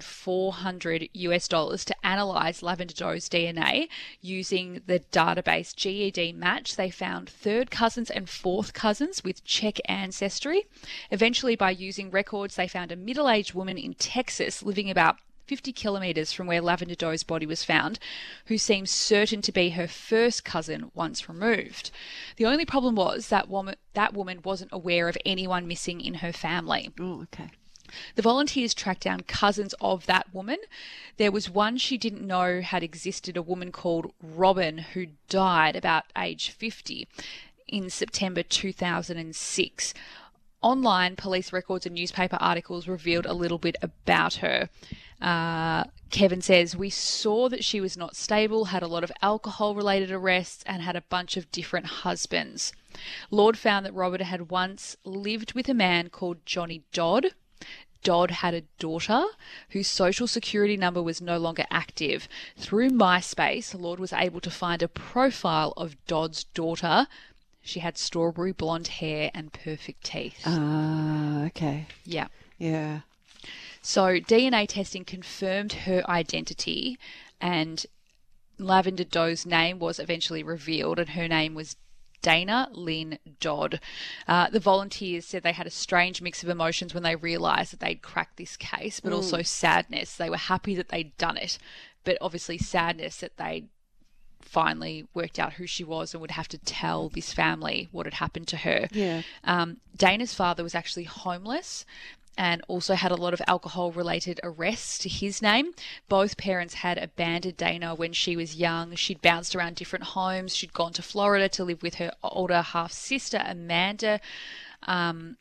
[SPEAKER 3] 1,400 US dollars to analyze Lavender Doe's DNA using the database GED Match. They found third cousins and fourth cousins with Czech ancestry. Eventually, by using records, they found a middle aged woman in Texas living about 50 kilometers from where Lavender Doe's body was found, who seems certain to be her first cousin once removed. The only problem was that woman, that woman wasn't aware of anyone missing in her family.
[SPEAKER 2] Oh, okay.
[SPEAKER 3] The volunteers tracked down cousins of that woman. There was one she didn't know had existed, a woman called Robin, who died about age 50 in September 2006. Online, police records and newspaper articles revealed a little bit about her. Uh, Kevin says, We saw that she was not stable, had a lot of alcohol related arrests, and had a bunch of different husbands. Lord found that Robert had once lived with a man called Johnny Dodd. Dodd had a daughter whose social security number was no longer active. Through MySpace, Lord was able to find a profile of Dodd's daughter. She had strawberry blonde hair and perfect teeth.
[SPEAKER 2] Ah, okay.
[SPEAKER 3] yeah.
[SPEAKER 2] Yeah.
[SPEAKER 3] So DNA testing confirmed her identity, and Lavender Doe's name was eventually revealed, and her name was Dana Lynn Dodd. Uh, the volunteers said they had a strange mix of emotions when they realised that they'd cracked this case, but also sadness. They were happy that they'd done it, but obviously sadness that they finally worked out who she was and would have to tell this family what had happened to her.
[SPEAKER 2] Yeah.
[SPEAKER 3] Um, Dana's father was actually homeless and also had a lot of alcohol related arrests to his name. Both parents had abandoned Dana when she was young. She'd bounced around different homes. She'd gone to Florida to live with her older half sister, Amanda, um,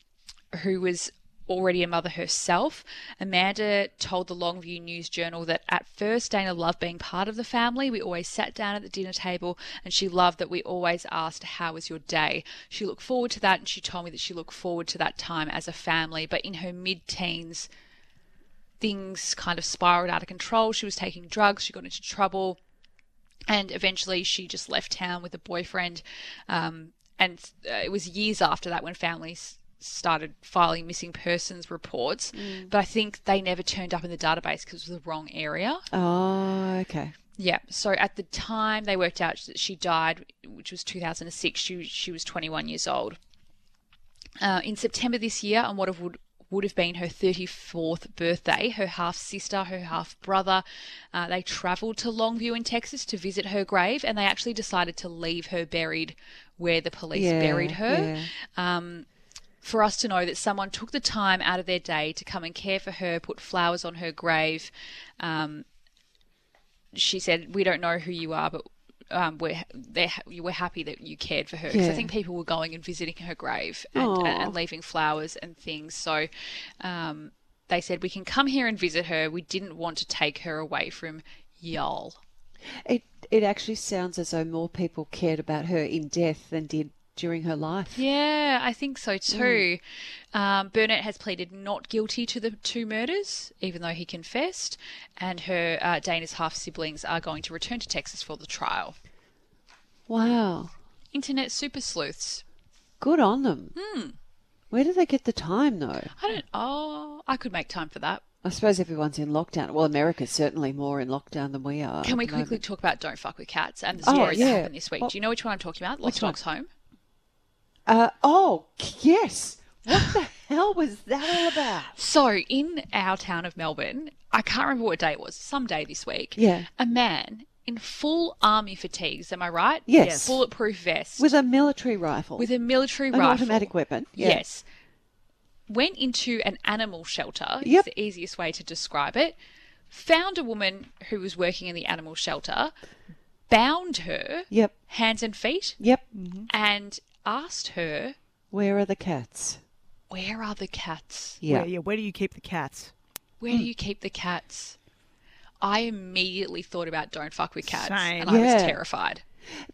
[SPEAKER 3] who was already a mother herself. Amanda told the Longview News Journal that at first Dana loved being part of the family. We always sat down at the dinner table and she loved that we always asked, How was your day? She looked forward to that and she told me that she looked forward to that time as a family. But in her mid teens, things kind of spiraled out of control. She was taking drugs, she got into trouble and eventually she just left town with a boyfriend um, and uh, it was years after that when families started filing missing persons reports but i think they never turned up in the database because it was the wrong area
[SPEAKER 2] Oh, okay.
[SPEAKER 3] yeah so at the time they worked out that she died which was 2006 she, she was 21 years old uh, in September this year on what have would would have been her 34th birthday. Her half sister, her half brother, uh, they travelled to Longview in Texas to visit her grave, and they actually decided to leave her buried where the police
[SPEAKER 2] Yeah,
[SPEAKER 3] buried her.
[SPEAKER 2] yeah.
[SPEAKER 3] Um, for us to know that someone took the time out of their day to come and care for her, put flowers on her grave. Um, she said, "We don't know who you are, but." Um, we're they're, ha- you were happy that you cared for her because I
[SPEAKER 2] Yeah.
[SPEAKER 3] think people were going and visiting her grave and,
[SPEAKER 2] Aw.
[SPEAKER 3] and leaving flowers and things. So um, they said, We can come here and visit her. We didn't want to take her away from y'all.
[SPEAKER 2] It it actually sounds as though more people cared about her in death than did during her life.
[SPEAKER 3] Yeah, I think so too.
[SPEAKER 2] Mm.
[SPEAKER 3] Um, Burnett has pleaded not guilty to the two murders, even though he confessed, and her uh, Dana's half siblings are going to return to Texas for the trial.
[SPEAKER 2] Wow.
[SPEAKER 3] Internet super sleuths.
[SPEAKER 2] Good on them.
[SPEAKER 3] Hmm.
[SPEAKER 2] Where do they get the time though?
[SPEAKER 3] I don't. Oh, I could make time for that.
[SPEAKER 2] I suppose everyone's in lockdown. Well, America's certainly more in lockdown than we are.
[SPEAKER 3] Can
[SPEAKER 2] at
[SPEAKER 3] we
[SPEAKER 2] the
[SPEAKER 3] quickly
[SPEAKER 2] moment.
[SPEAKER 3] talk about Don't Fuck with Cats and the
[SPEAKER 2] Oh,
[SPEAKER 3] stories that
[SPEAKER 2] yeah.
[SPEAKER 3] happened this week?
[SPEAKER 2] Well-
[SPEAKER 3] Do you know which one I'm talking about? Lost
[SPEAKER 2] Which one?
[SPEAKER 3] Dogs Home.
[SPEAKER 2] Uh, oh, yes. What the hell was that all about?
[SPEAKER 3] So, in our town of Melbourne, I can't remember what day it was, some day this week,
[SPEAKER 2] Yeah.
[SPEAKER 3] a man in full army fatigues, am I right?
[SPEAKER 2] Yes. Yes.
[SPEAKER 3] Bulletproof vest
[SPEAKER 2] With a military rifle.
[SPEAKER 3] with a military
[SPEAKER 2] an
[SPEAKER 3] rifle.
[SPEAKER 2] automatic weapon. Yeah.
[SPEAKER 3] Yes. Went into an animal shelter, is
[SPEAKER 2] Yep.
[SPEAKER 3] the easiest way to describe it. Found a woman who was working in the animal shelter, bound her
[SPEAKER 2] Yep.
[SPEAKER 3] hands and feet,
[SPEAKER 2] Yep.
[SPEAKER 3] and asked her,
[SPEAKER 2] Where are the cats?
[SPEAKER 3] Where are the cats?
[SPEAKER 2] Yeah.
[SPEAKER 4] Where, yeah. Where do you keep the cats?
[SPEAKER 3] where
[SPEAKER 2] Mm.
[SPEAKER 3] do you keep the cats? I immediately thought about don't fuck with cats,
[SPEAKER 4] Same.
[SPEAKER 3] and I was
[SPEAKER 2] Yeah.
[SPEAKER 3] terrified.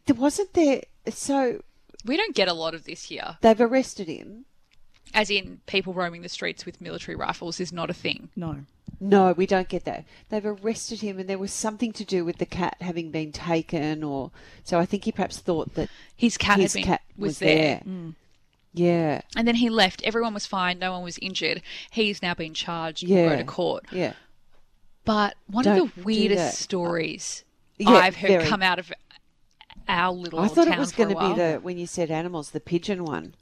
[SPEAKER 2] There wasn't there. So
[SPEAKER 3] We don't get a lot of this here,
[SPEAKER 2] they've arrested him.
[SPEAKER 3] as in people roaming the streets with military rifles is not a thing.
[SPEAKER 4] No.
[SPEAKER 2] No, we don't get that. They've arrested him, and there was something to do with the cat having been taken, or so I think he perhaps thought that
[SPEAKER 3] His cat
[SPEAKER 2] his
[SPEAKER 3] had been,
[SPEAKER 2] cat
[SPEAKER 3] was,
[SPEAKER 2] was,
[SPEAKER 3] there. Mm.
[SPEAKER 2] there. Yeah,
[SPEAKER 3] and then he left. Everyone was fine. No one was injured. He's now been charged and
[SPEAKER 2] Yeah.
[SPEAKER 3] go to court.
[SPEAKER 2] yeah.
[SPEAKER 3] But one of
[SPEAKER 2] Don't
[SPEAKER 3] the
[SPEAKER 2] do
[SPEAKER 3] weirdest
[SPEAKER 2] that. Uh,
[SPEAKER 3] stories
[SPEAKER 2] Yeah,
[SPEAKER 3] I've heard
[SPEAKER 2] very.
[SPEAKER 3] come out of our little
[SPEAKER 2] I thought
[SPEAKER 3] town
[SPEAKER 2] it was
[SPEAKER 3] for a
[SPEAKER 2] going to be
[SPEAKER 3] while.
[SPEAKER 2] the when you said animals, the pigeon one.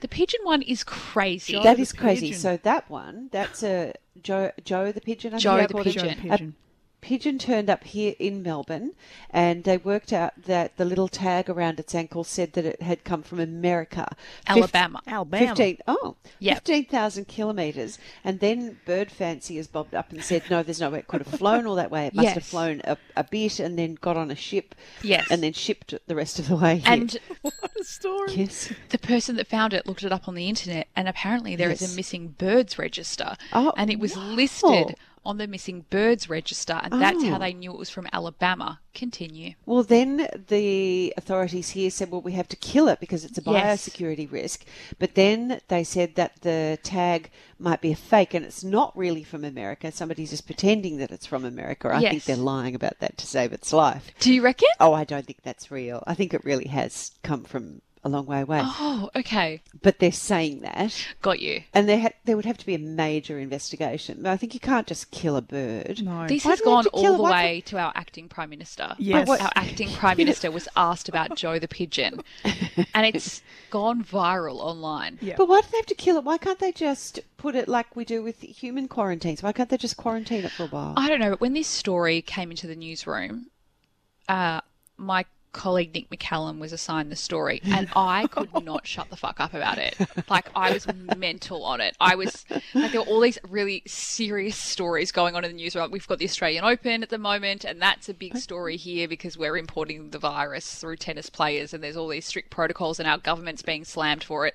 [SPEAKER 3] The pigeon one is crazy.
[SPEAKER 4] Joe
[SPEAKER 2] that
[SPEAKER 4] the
[SPEAKER 2] is crazy.
[SPEAKER 4] pigeon.
[SPEAKER 2] So that one, that's a Joe Joe the pigeon. I
[SPEAKER 3] Joe
[SPEAKER 2] think I
[SPEAKER 3] the
[SPEAKER 2] called it.
[SPEAKER 4] Joe
[SPEAKER 3] Pigeon.
[SPEAKER 4] Pigeon.
[SPEAKER 2] pigeon turned up here in Melbourne, and they worked out that the little tag around its ankle said that it had come from America, Fif-
[SPEAKER 3] Alabama.
[SPEAKER 4] Alabama.
[SPEAKER 2] 15, oh,
[SPEAKER 3] Yep.
[SPEAKER 2] 15,000 kilometres. And then bird fanciers bobbed up and said, no, there's no way it could have flown all that way. It must have
[SPEAKER 3] Yes.
[SPEAKER 2] flown a, a bit and then got on a ship.
[SPEAKER 3] Yes.
[SPEAKER 2] And then shipped it the rest of the way. here.
[SPEAKER 3] And
[SPEAKER 4] What a story.
[SPEAKER 2] yes.
[SPEAKER 3] the person that found it looked it up on the internet, and apparently there is
[SPEAKER 2] Yes.
[SPEAKER 3] a missing birds register.
[SPEAKER 2] Oh,
[SPEAKER 3] and it was
[SPEAKER 2] wow.
[SPEAKER 3] listed on the missing birds register, and that's how
[SPEAKER 2] Oh.
[SPEAKER 3] they knew it was from Alabama. Continue.
[SPEAKER 2] Well, then the authorities here said, well, we have to kill it because it's a
[SPEAKER 3] Yes.
[SPEAKER 2] biosecurity risk. But then they said that the tag might be a fake and it's not really from America. Somebody's just pretending that it's from America. I
[SPEAKER 3] Yes.
[SPEAKER 2] think they're lying about that to save its life.
[SPEAKER 3] Do you reckon?
[SPEAKER 2] Oh, I don't think that's real. I think it really has come from a long way away.
[SPEAKER 3] Oh, okay.
[SPEAKER 2] But they're saying that.
[SPEAKER 3] Got you.
[SPEAKER 2] And there, ha- there would have to be a major investigation. I think you can't just kill a bird.
[SPEAKER 4] No.
[SPEAKER 3] This
[SPEAKER 2] Why
[SPEAKER 3] has
[SPEAKER 2] do they
[SPEAKER 3] gone
[SPEAKER 2] have to kill
[SPEAKER 3] all
[SPEAKER 2] it?
[SPEAKER 3] the
[SPEAKER 2] Why can't-
[SPEAKER 3] way to our acting prime minister.
[SPEAKER 4] Yes.
[SPEAKER 2] what-
[SPEAKER 3] Our acting prime minister was asked about Joe the pigeon, and it's gone viral online.
[SPEAKER 4] Yeah.
[SPEAKER 2] But why do they have to kill it? Why can't they just put it like we do with human quarantines? Why can't they just quarantine it for a while?
[SPEAKER 3] I don't know, but when this story came into the newsroom, uh, my colleague Nick McCallum was assigned the story, and I could not shut the fuck up about it. Like I was mental on it. I was like, there were all these really serious stories going on in the newsroom. We've got the Australian Open at the moment, and that's a big story here because we're importing the virus through tennis players, and there's all these strict protocols, and our government's being slammed for it.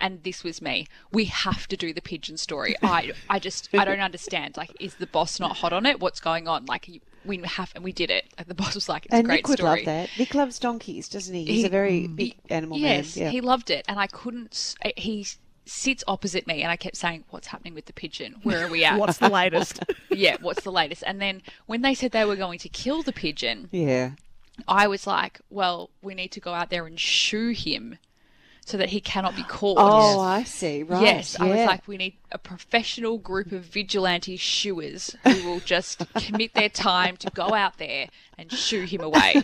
[SPEAKER 3] And this was me. We have to do the pigeon story. I, I just, I don't understand. Like, is the boss not hot on it? What's going on? Like, you- we have, and we did it. And the boss was like, it's a
[SPEAKER 2] and
[SPEAKER 3] great
[SPEAKER 2] Nick would
[SPEAKER 3] story.
[SPEAKER 2] love that. Nick loves donkeys, doesn't he? He's
[SPEAKER 3] He-
[SPEAKER 2] a very big animal
[SPEAKER 3] Yes,
[SPEAKER 2] man. Yeah.
[SPEAKER 3] he loved it, and I couldn't. s- eh, He sits opposite me, and I kept saying, "What's happening with the pigeon? Where are we at?
[SPEAKER 4] What's the latest?
[SPEAKER 3] yeah, what's the latest?" And then when they said they were going to kill the pigeon,
[SPEAKER 2] yeah.
[SPEAKER 3] I was like, "Well, we need to go out there and shoe him, so that he cannot be caught."
[SPEAKER 2] Oh, I see. Right.
[SPEAKER 3] Yes, I was
[SPEAKER 2] yeah.
[SPEAKER 3] like, we need a professional group of vigilante shoeers who will just commit their time to go out there and shoo him away.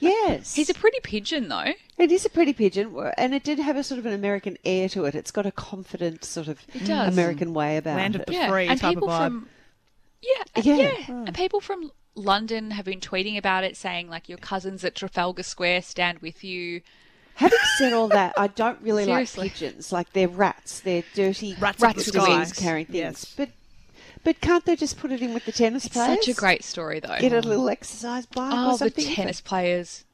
[SPEAKER 2] yes.
[SPEAKER 3] He's a pretty pigeon, though.
[SPEAKER 2] It is a pretty pigeon, w- and it did have a sort of an American air to it. It's got a confident sort of
[SPEAKER 3] does.
[SPEAKER 2] American way about
[SPEAKER 4] Land of
[SPEAKER 2] it.
[SPEAKER 4] the free
[SPEAKER 3] and
[SPEAKER 4] type of
[SPEAKER 3] people
[SPEAKER 4] vibe.
[SPEAKER 3] From, yeah, and- yeah,
[SPEAKER 2] Yeah. Hmm.
[SPEAKER 3] and people from London have been tweeting about it, saying like your cousins at Trafalgar Square stand with you.
[SPEAKER 2] Having said all that, I don't really
[SPEAKER 3] Seriously.
[SPEAKER 2] like pigeons. Like they're rats. They're dirty
[SPEAKER 4] Rats
[SPEAKER 3] of
[SPEAKER 2] with
[SPEAKER 3] the
[SPEAKER 2] wings
[SPEAKER 4] skies.
[SPEAKER 2] carrying things.
[SPEAKER 4] Yes.
[SPEAKER 2] But but can't they just put it in with the tennis players?
[SPEAKER 3] Such a great story, though.
[SPEAKER 2] get a little exercise bike
[SPEAKER 3] Um, oh,
[SPEAKER 2] or
[SPEAKER 3] the
[SPEAKER 2] something.
[SPEAKER 3] tennis players.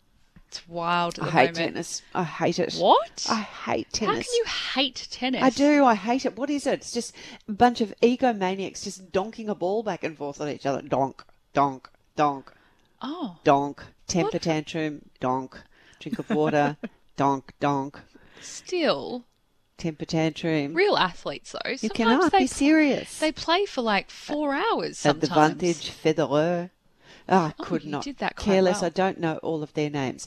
[SPEAKER 3] It's wild.
[SPEAKER 2] I
[SPEAKER 3] At the
[SPEAKER 2] hate
[SPEAKER 3] moment.
[SPEAKER 2] tennis. I hate it.
[SPEAKER 3] What?
[SPEAKER 2] I hate
[SPEAKER 3] How
[SPEAKER 2] tennis.
[SPEAKER 3] can you hate tennis?
[SPEAKER 2] I do. I hate it. What is it? It's just a bunch of egomaniacs just donking a ball back and forth on each other. Donk, donk, donk.
[SPEAKER 3] Oh,
[SPEAKER 2] donk, temper tantrum, donk, drink of water, donk, donk,
[SPEAKER 3] still
[SPEAKER 2] temper tantrum.
[SPEAKER 3] real athletes though. Sometimes
[SPEAKER 2] Mm. you cannot
[SPEAKER 3] they
[SPEAKER 2] be
[SPEAKER 3] pl-
[SPEAKER 2] serious.
[SPEAKER 3] They play for like four hours
[SPEAKER 2] At the
[SPEAKER 3] sometimes. Oh,
[SPEAKER 2] Vantage Federer. Ah, I could
[SPEAKER 3] you
[SPEAKER 2] not
[SPEAKER 3] did that quite
[SPEAKER 2] care less.
[SPEAKER 3] well.
[SPEAKER 2] I don't know all of their names.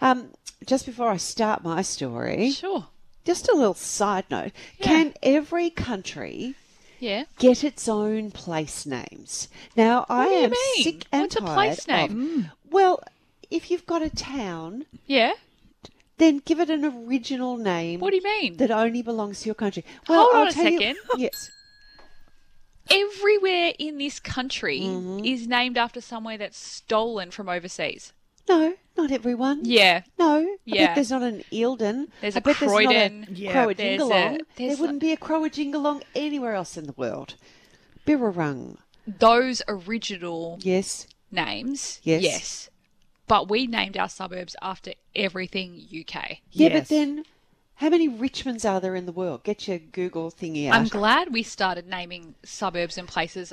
[SPEAKER 2] Um, just before I start my story,
[SPEAKER 3] Sure.
[SPEAKER 2] just a little side note. Can every country
[SPEAKER 3] Yeah.
[SPEAKER 2] get its own place names. Now I
[SPEAKER 3] do you
[SPEAKER 2] am
[SPEAKER 3] mean?
[SPEAKER 2] sick and
[SPEAKER 3] What's a
[SPEAKER 2] tired.
[SPEAKER 3] place Hmm.
[SPEAKER 2] of- well, if you've got a town,
[SPEAKER 3] Yeah.
[SPEAKER 2] then give it an original name.
[SPEAKER 3] What do you mean?
[SPEAKER 2] that only belongs to your country.
[SPEAKER 3] Hold on
[SPEAKER 2] I'll
[SPEAKER 3] a
[SPEAKER 2] tell you-
[SPEAKER 3] second.
[SPEAKER 2] yes.
[SPEAKER 3] everywhere in this country
[SPEAKER 2] Mm-hmm.
[SPEAKER 3] is named after somewhere that's stolen from overseas.
[SPEAKER 2] No, not everyone.
[SPEAKER 3] Yeah.
[SPEAKER 2] No. I
[SPEAKER 3] Yeah.
[SPEAKER 2] bet there's not an Eildon.
[SPEAKER 3] There's
[SPEAKER 2] I
[SPEAKER 3] a
[SPEAKER 2] bet
[SPEAKER 3] Croydon.
[SPEAKER 2] There's
[SPEAKER 4] Yeah.
[SPEAKER 2] not a
[SPEAKER 3] There's a-
[SPEAKER 2] Crowadingalong. There
[SPEAKER 3] there's
[SPEAKER 2] wouldn't be a Crowadingalong anywhere else in the world. Birrarung.
[SPEAKER 3] Those original
[SPEAKER 2] Yes.
[SPEAKER 3] names.
[SPEAKER 2] Yes.
[SPEAKER 3] But we named our suburbs after everything UK.
[SPEAKER 2] Yeah,
[SPEAKER 4] Yes.
[SPEAKER 2] but then How many Richmonds are there in the world? Get your Google thingy out.
[SPEAKER 3] I'm glad we started naming suburbs and places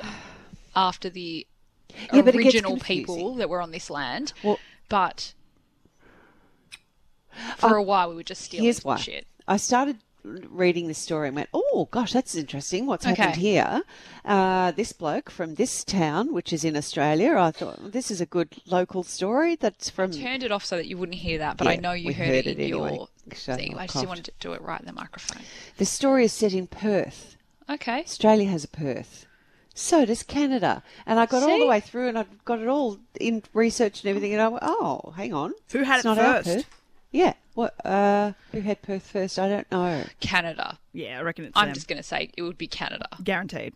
[SPEAKER 3] after the
[SPEAKER 2] Yeah, but it gets
[SPEAKER 3] original
[SPEAKER 2] confusing.
[SPEAKER 3] people that were on this land.
[SPEAKER 2] Well- uh,
[SPEAKER 3] but for a while, we were just stealing
[SPEAKER 2] Here's why.
[SPEAKER 3] shit.
[SPEAKER 2] I started reading this story and went, oh gosh, that's interesting. What's
[SPEAKER 3] Okay.
[SPEAKER 2] happened here? Uh, this bloke from this town, which is in Australia, I thought this is a good local story. That's from
[SPEAKER 3] Turned it off so that you wouldn't hear that, but I
[SPEAKER 2] Yeah,
[SPEAKER 3] know you
[SPEAKER 2] we
[SPEAKER 3] heard,
[SPEAKER 2] heard
[SPEAKER 3] it in
[SPEAKER 2] it anyway,
[SPEAKER 3] your
[SPEAKER 2] 'cause I
[SPEAKER 3] thing. I just
[SPEAKER 2] coughed.
[SPEAKER 3] wanted to do it right in the microphone.
[SPEAKER 2] the story is set in Perth.
[SPEAKER 3] Okay.
[SPEAKER 2] Australia has a Perth. So does Canada. And I got all
[SPEAKER 3] See?
[SPEAKER 2] the way through and I've got it all in research and everything. And I went, oh, hang on.
[SPEAKER 4] Who had
[SPEAKER 2] It's
[SPEAKER 4] it
[SPEAKER 2] not our
[SPEAKER 4] first?
[SPEAKER 2] Perth. Yeah. What? Uh, who had Perth first? I don't know.
[SPEAKER 3] Canada.
[SPEAKER 4] Yeah, I reckon it's
[SPEAKER 3] I'm
[SPEAKER 4] them.
[SPEAKER 3] just going to say it would be Canada.
[SPEAKER 4] guaranteed.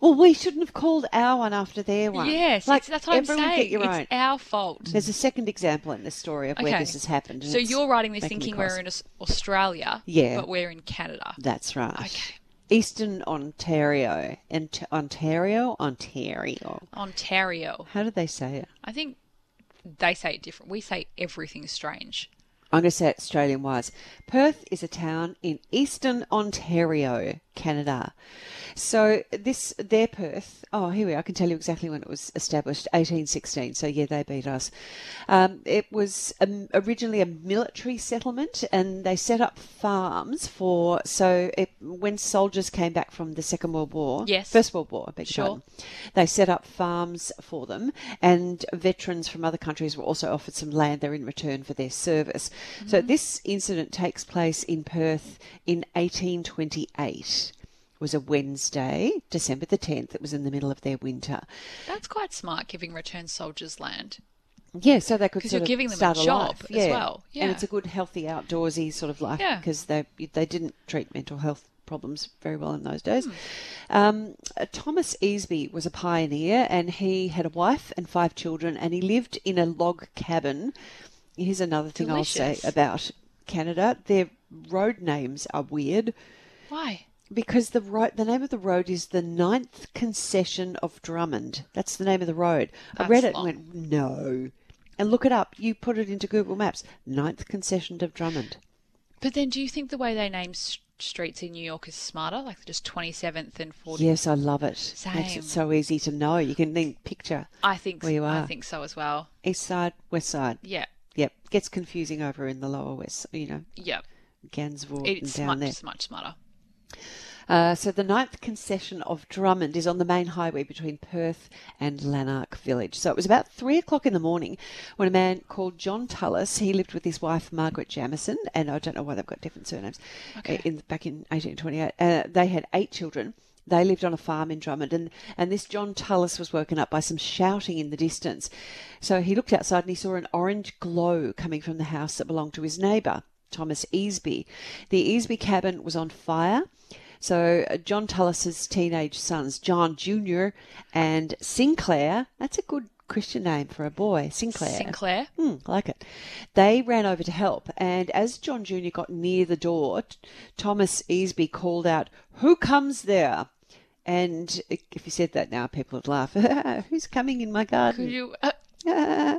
[SPEAKER 2] Well, we shouldn't have called our one after their one.
[SPEAKER 3] Yes,
[SPEAKER 2] like
[SPEAKER 3] it's, that's what I'm
[SPEAKER 2] everyone
[SPEAKER 3] saying.
[SPEAKER 2] get your
[SPEAKER 3] it's
[SPEAKER 2] own.
[SPEAKER 3] our fault.
[SPEAKER 2] There's a second example in this story of where
[SPEAKER 3] Okay.
[SPEAKER 2] this has happened. and
[SPEAKER 3] So
[SPEAKER 2] it's
[SPEAKER 3] you're writing this
[SPEAKER 2] making me
[SPEAKER 3] thinking we're
[SPEAKER 2] cross.
[SPEAKER 3] in Aus- Australia,
[SPEAKER 2] Yeah.
[SPEAKER 3] but we're in Canada.
[SPEAKER 2] That's right.
[SPEAKER 3] Okay.
[SPEAKER 2] Eastern Ontario. And Ontario, Ontario.
[SPEAKER 3] Ontario.
[SPEAKER 2] How did they say it?
[SPEAKER 3] I think they say it different. We say everything's strange.
[SPEAKER 2] I'm going to say it Australian wise. Perth is a town in eastern Ontario, Canada. So this, their Perth. Oh, here we are. I can tell you exactly when it was established, 1816. So yeah, they beat us. Um, it was um, originally a military settlement, and they set up farms for. So it, when soldiers came back from the Second World War,
[SPEAKER 3] Yes.
[SPEAKER 2] First World War, I beg your
[SPEAKER 3] Sure.
[SPEAKER 2] pardon, they set up farms for them, and veterans from other countries were also offered some land there in return for their service. So this incident takes place in Perth in 1828. It was a Wednesday, December the 10th. It was in the middle of their winter.
[SPEAKER 3] That's quite smart giving returned soldiers land.
[SPEAKER 2] Yeah, so they could
[SPEAKER 3] 'Cause
[SPEAKER 2] sort
[SPEAKER 3] you're
[SPEAKER 2] of
[SPEAKER 3] giving them a
[SPEAKER 2] start
[SPEAKER 3] job
[SPEAKER 2] life.
[SPEAKER 3] as
[SPEAKER 2] yeah.
[SPEAKER 3] well. Yeah.
[SPEAKER 2] and it's a good, healthy, outdoorsy sort of life
[SPEAKER 3] Yeah.
[SPEAKER 2] because they they didn't treat mental health problems very well in those days.
[SPEAKER 3] Hmm.
[SPEAKER 2] Um, uh, Thomas Easby was a pioneer, and he had a wife and five children, and he lived in a log cabin. Here's another thing I'll
[SPEAKER 3] Delicious.
[SPEAKER 2] say about Canada: their road names are weird
[SPEAKER 3] Why?
[SPEAKER 2] because the ro- the name of the road is the ninth concession of Drummond. That's the name of the road. I read it and
[SPEAKER 3] That's
[SPEAKER 2] went no, and look it up. You put it into Google Maps. Ninth concession of Drummond.
[SPEAKER 3] But then do you think the way they name s- streets in New York is smarter? Like just 27th and 40th?
[SPEAKER 2] Yes, I love it. Makes
[SPEAKER 3] Same.
[SPEAKER 2] it so easy to know. You can then picture
[SPEAKER 3] I think
[SPEAKER 2] Where you
[SPEAKER 3] I
[SPEAKER 2] are.
[SPEAKER 3] think so as well.
[SPEAKER 2] east side, west side.
[SPEAKER 3] Yeah.
[SPEAKER 2] Yep, gets confusing over in the lower west. You know,
[SPEAKER 3] Yeah.
[SPEAKER 2] Gansvort and
[SPEAKER 3] It's
[SPEAKER 2] down
[SPEAKER 3] much,
[SPEAKER 2] there.
[SPEAKER 3] much smarter.
[SPEAKER 2] Uh, so the ninth concession of Drummond is on the main highway between Perth and Lanark Village. So it was about three o'clock in the morning when a man called John Tullis, he lived with his wife Margaret Jamison, and I don't know why they've got different surnames.
[SPEAKER 3] Okay.
[SPEAKER 2] uh, In back in 1828, uh, they had eight children. They lived on a farm in Drummond, and, and this John Tullis was woken up by some shouting in the distance. So he looked outside and he saw an orange glow coming from the house that belonged to his neighbour, Thomas Easby. The Easby cabin was on fire. So uh, John Tullis's teenage sons, John Jr. and Sinclair, that's a good Christian name for a boy, Sinclair.
[SPEAKER 3] Sinclair.
[SPEAKER 2] Hmm, I like it. They ran over to help, and as John Jr. got near the door, T- Thomas Easby called out, Who comes there? And uh, if you said that now, people would laugh. Who's coming in my garden?
[SPEAKER 3] Could you? Uh,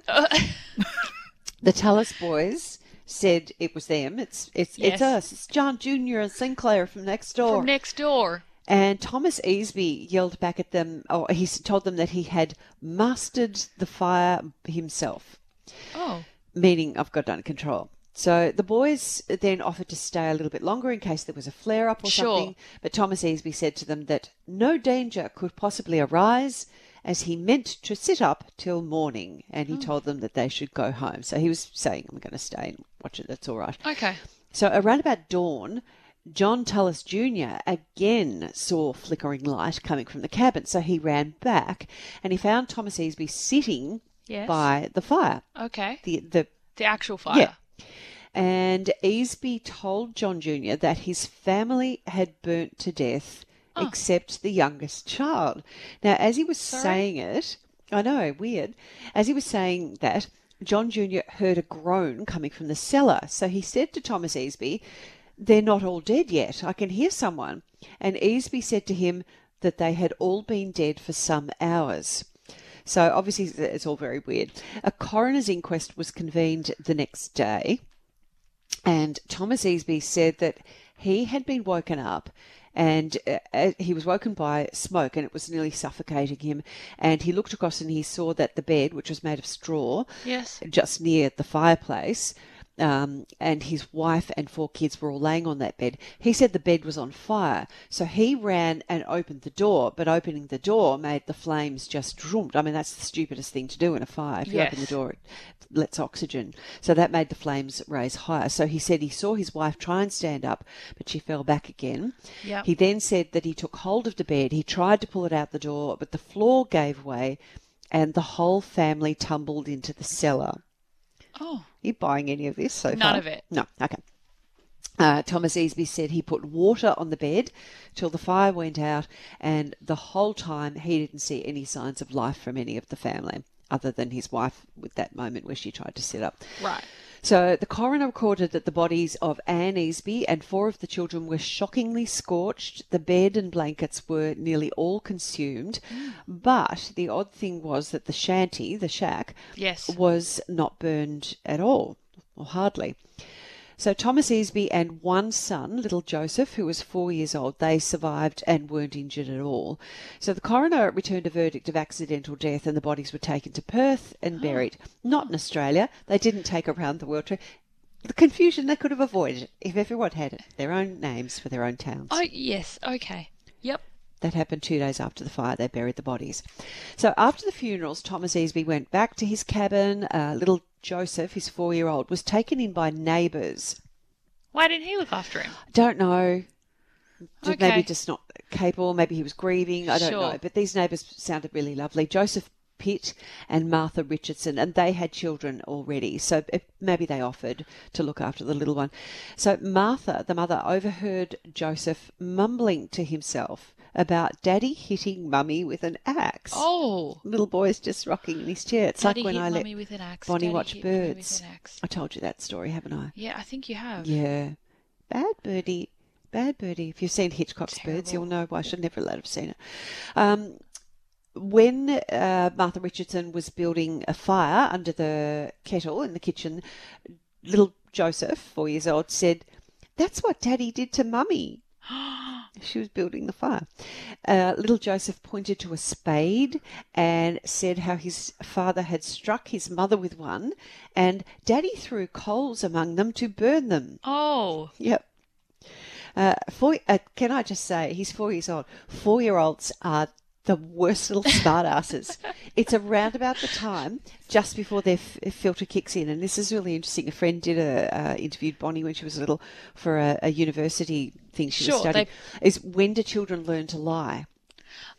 [SPEAKER 2] the Tallis boys said it was them. It's it's
[SPEAKER 3] Yes.
[SPEAKER 2] it's us. It's John Jr. and Sinclair from next door.
[SPEAKER 3] from next door.
[SPEAKER 2] And Thomas Easby yelled back at them, or he s- told them that he had mastered the fire himself,
[SPEAKER 3] Oh.
[SPEAKER 2] meaning I've got it under control. So the boys then offered to stay a little bit longer in case there was a flare up or
[SPEAKER 3] Sure.
[SPEAKER 2] something. But Thomas Easby said to them that no danger could possibly arise as he meant to sit up till morning. And
[SPEAKER 3] Oh.
[SPEAKER 2] he told them that they should go home. So he was saying, I'm going to stay and watch it. That's all right.
[SPEAKER 3] Okay.
[SPEAKER 2] So around about dawn, John Tullis Jr. again saw flickering light coming from the cabin. So he ran back and he found Thomas Easby sitting
[SPEAKER 3] Yes.
[SPEAKER 2] by the fire.
[SPEAKER 3] Okay.
[SPEAKER 2] The, the
[SPEAKER 3] The actual fire.
[SPEAKER 2] Yeah. and Easby told John Jr. that his family had burnt to death except the youngest child. Now, as he was saying it, I know, weird. As he was saying that, John Jr. heard a groan coming from the cellar. So he said to Thomas Easby, They're not all dead yet. I can hear someone. And Easby said to him that they had all been dead for some hours. So obviously, it's all very weird. A coroner's inquest was convened the next day And Thomas Easby said that he had been woken up and uh, uh, he was woken by smoke and it was nearly suffocating him. And he looked across and he saw that the bed, which was made of straw,
[SPEAKER 3] Yes.
[SPEAKER 2] just near the fireplace, um, and his wife and four kids were all laying on that bed. He said the bed was on fire, so he ran and opened the door. But opening the door made the flames just droom. I mean, that's the stupidest thing to do in a fire. If you open the
[SPEAKER 3] Yes.
[SPEAKER 2] door, it lets oxygen, so that made the flames raise higher. So he said he saw his wife try and stand up, but she fell back again.
[SPEAKER 3] Yep.
[SPEAKER 2] He then said that he took hold of the bed. He tried to pull it out the door, but the floor gave way. And the whole family tumbled into the cellar.
[SPEAKER 3] Oh,
[SPEAKER 2] Are you buying any of this so far?
[SPEAKER 3] None of it.
[SPEAKER 2] No. Okay. Uh, Thomas Easby said he put water on the bed till the fire went out, and the whole time he didn't see any signs of life from any of the family, other than his wife with that moment where she tried to sit up.
[SPEAKER 3] right.
[SPEAKER 2] So the coroner recorded that the bodies of Anne Easby and four of the children were shockingly scorched. The bed and blankets were nearly all consumed,
[SPEAKER 3] Mm.
[SPEAKER 2] but the odd thing was that the shanty, the shack,
[SPEAKER 3] Yes.
[SPEAKER 2] was not burned at all, or hardly. So Thomas Easby and one son, little Joseph, who was four years old, they survived and weren't injured at all. So the coroner returned a verdict of accidental death, and the bodies were taken to Perth and buried. Not in Australia. They didn't take around the world trip. The confusion they could have avoided if everyone had their own names for their own towns.
[SPEAKER 3] Oh, yes. Okay. Yep.
[SPEAKER 2] That happened two days after the fire. They buried the bodies. So after the funerals, Thomas Easby went back to his cabin. Uh, little Joseph, his four year old, was taken in by neighbours.
[SPEAKER 3] Why didn't he look after him?
[SPEAKER 2] Don't know. Did
[SPEAKER 3] Okay.
[SPEAKER 2] Maybe just not capable. Maybe he was grieving. I don't
[SPEAKER 3] Sure.
[SPEAKER 2] know. But these neighbours sounded really lovely. Joseph Pitt and Martha Richardson, and they had children already. So it- maybe they offered to look after the little one. So Martha, the mother, overheard Joseph mumbling to himself about daddy hitting mummy with an axe.
[SPEAKER 3] Oh.
[SPEAKER 2] Little boy's just rocking in his chair. It's
[SPEAKER 3] Daddy
[SPEAKER 2] like when
[SPEAKER 3] hit
[SPEAKER 2] I let
[SPEAKER 3] mummy with an axe.
[SPEAKER 2] Bonnie
[SPEAKER 3] Daddy
[SPEAKER 2] watch
[SPEAKER 3] hit mummy with
[SPEAKER 2] birds.
[SPEAKER 3] an axe.
[SPEAKER 2] I told you that story, haven't I?
[SPEAKER 3] Yeah, I think you have.
[SPEAKER 2] Yeah. Bad birdie. Bad birdie. If you've seen Hitchcock's Birds, you'll know
[SPEAKER 3] Terrible.
[SPEAKER 2] why I should never let have seen it. Um, when uh, Martha Richardson was building a fire under the kettle in the kitchen, little Joseph, four years old, said, That's what Daddy did to Mummy. She was building the fire. Uh, little Joseph pointed to a spade and said how his father had struck his mother with one, and Daddy threw coals among them to burn them.
[SPEAKER 3] Oh.
[SPEAKER 2] Yep. Uh, four, uh, can I just say, he's four years old. Four year olds are the worst little smart asses. it's around about the time just before their f- uh, filter kicks in. And this is really interesting. A friend did a uh, interviewed Bonnie when she was little for a, a university thing she was
[SPEAKER 3] Sure,
[SPEAKER 2] studying. Is when do children learn to lie?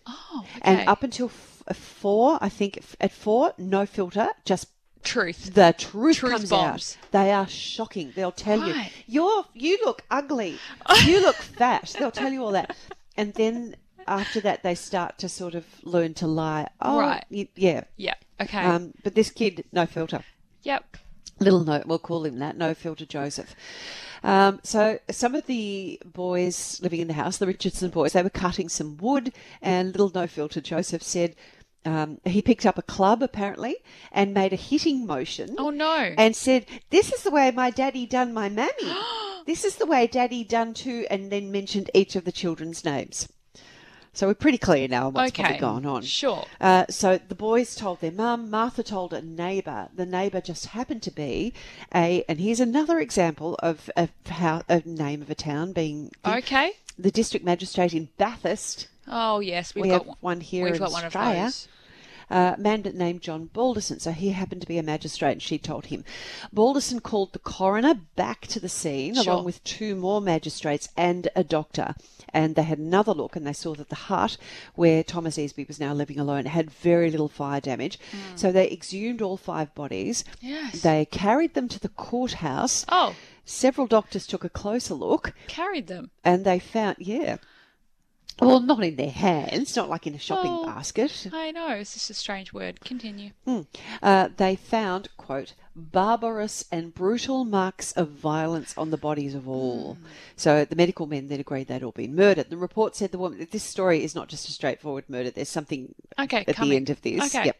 [SPEAKER 3] Oh. Okay.
[SPEAKER 2] And up until f- uh, four, I think f- at four, no filter, just
[SPEAKER 3] Truth.
[SPEAKER 2] the truth,
[SPEAKER 3] Truth
[SPEAKER 2] comes
[SPEAKER 3] bombs.
[SPEAKER 2] out. They are shocking. They'll tell
[SPEAKER 3] Right.
[SPEAKER 2] you, "You're you look ugly. You look fat." They'll tell you all that, and then after that, they start to sort of learn to lie. Oh,
[SPEAKER 3] Right.
[SPEAKER 2] y- yeah.
[SPEAKER 3] Yeah. Okay.
[SPEAKER 2] Um, but this kid, no filter.
[SPEAKER 3] yep.
[SPEAKER 2] Little no, we'll call him that. No filter, Joseph. Um, so some of the boys living in the house, the Richardson boys, they were cutting some wood, and little no filter Joseph said um, he picked up a club apparently and made a hitting motion
[SPEAKER 3] Oh no.
[SPEAKER 2] and said, "This is the way my daddy done my mammy. this is the way daddy done too," and then mentioned each of the children's names. So we're pretty clear now on what's
[SPEAKER 3] okay.
[SPEAKER 2] probably going on.
[SPEAKER 3] Sure.
[SPEAKER 2] Uh, so the boys told their mum. Martha told a neighbour. The neighbour just happened to be a, and here's another example of, of how a name of a town being the,
[SPEAKER 3] Okay.
[SPEAKER 2] the district magistrate in Bathurst.
[SPEAKER 3] Oh yes, we've
[SPEAKER 2] we
[SPEAKER 3] got
[SPEAKER 2] have one here
[SPEAKER 3] We've
[SPEAKER 2] in
[SPEAKER 3] got one
[SPEAKER 2] Australia.
[SPEAKER 3] of those.
[SPEAKER 2] a man named John Balderson. So he happened to be a magistrate, and she told him. Balderson called the coroner back to the scene,
[SPEAKER 3] Sure.
[SPEAKER 2] along with two more magistrates and a doctor. And they had another look, and they saw that the hut where Thomas Easby was now living alone had very little fire damage. So they exhumed all five bodies.
[SPEAKER 3] Hmm. Yes.
[SPEAKER 2] They carried them to the courthouse.
[SPEAKER 3] Oh,
[SPEAKER 2] Several doctors took a closer look
[SPEAKER 3] carried them.
[SPEAKER 2] and they found, yeah. Well, not in their hands, not like in a shopping
[SPEAKER 3] Well,
[SPEAKER 2] basket.
[SPEAKER 3] I know. It's just a strange word. Continue.
[SPEAKER 2] Uh, they found, quote, barbarous and brutal marks of violence on the bodies of all.
[SPEAKER 3] Hmm.
[SPEAKER 2] So the medical men then agreed they'd all been murdered. The report said the woman, this story is not just a straightforward murder, there's something
[SPEAKER 3] Okay.
[SPEAKER 2] at
[SPEAKER 3] coming.
[SPEAKER 2] the end of this.
[SPEAKER 3] Okay.
[SPEAKER 2] Yep.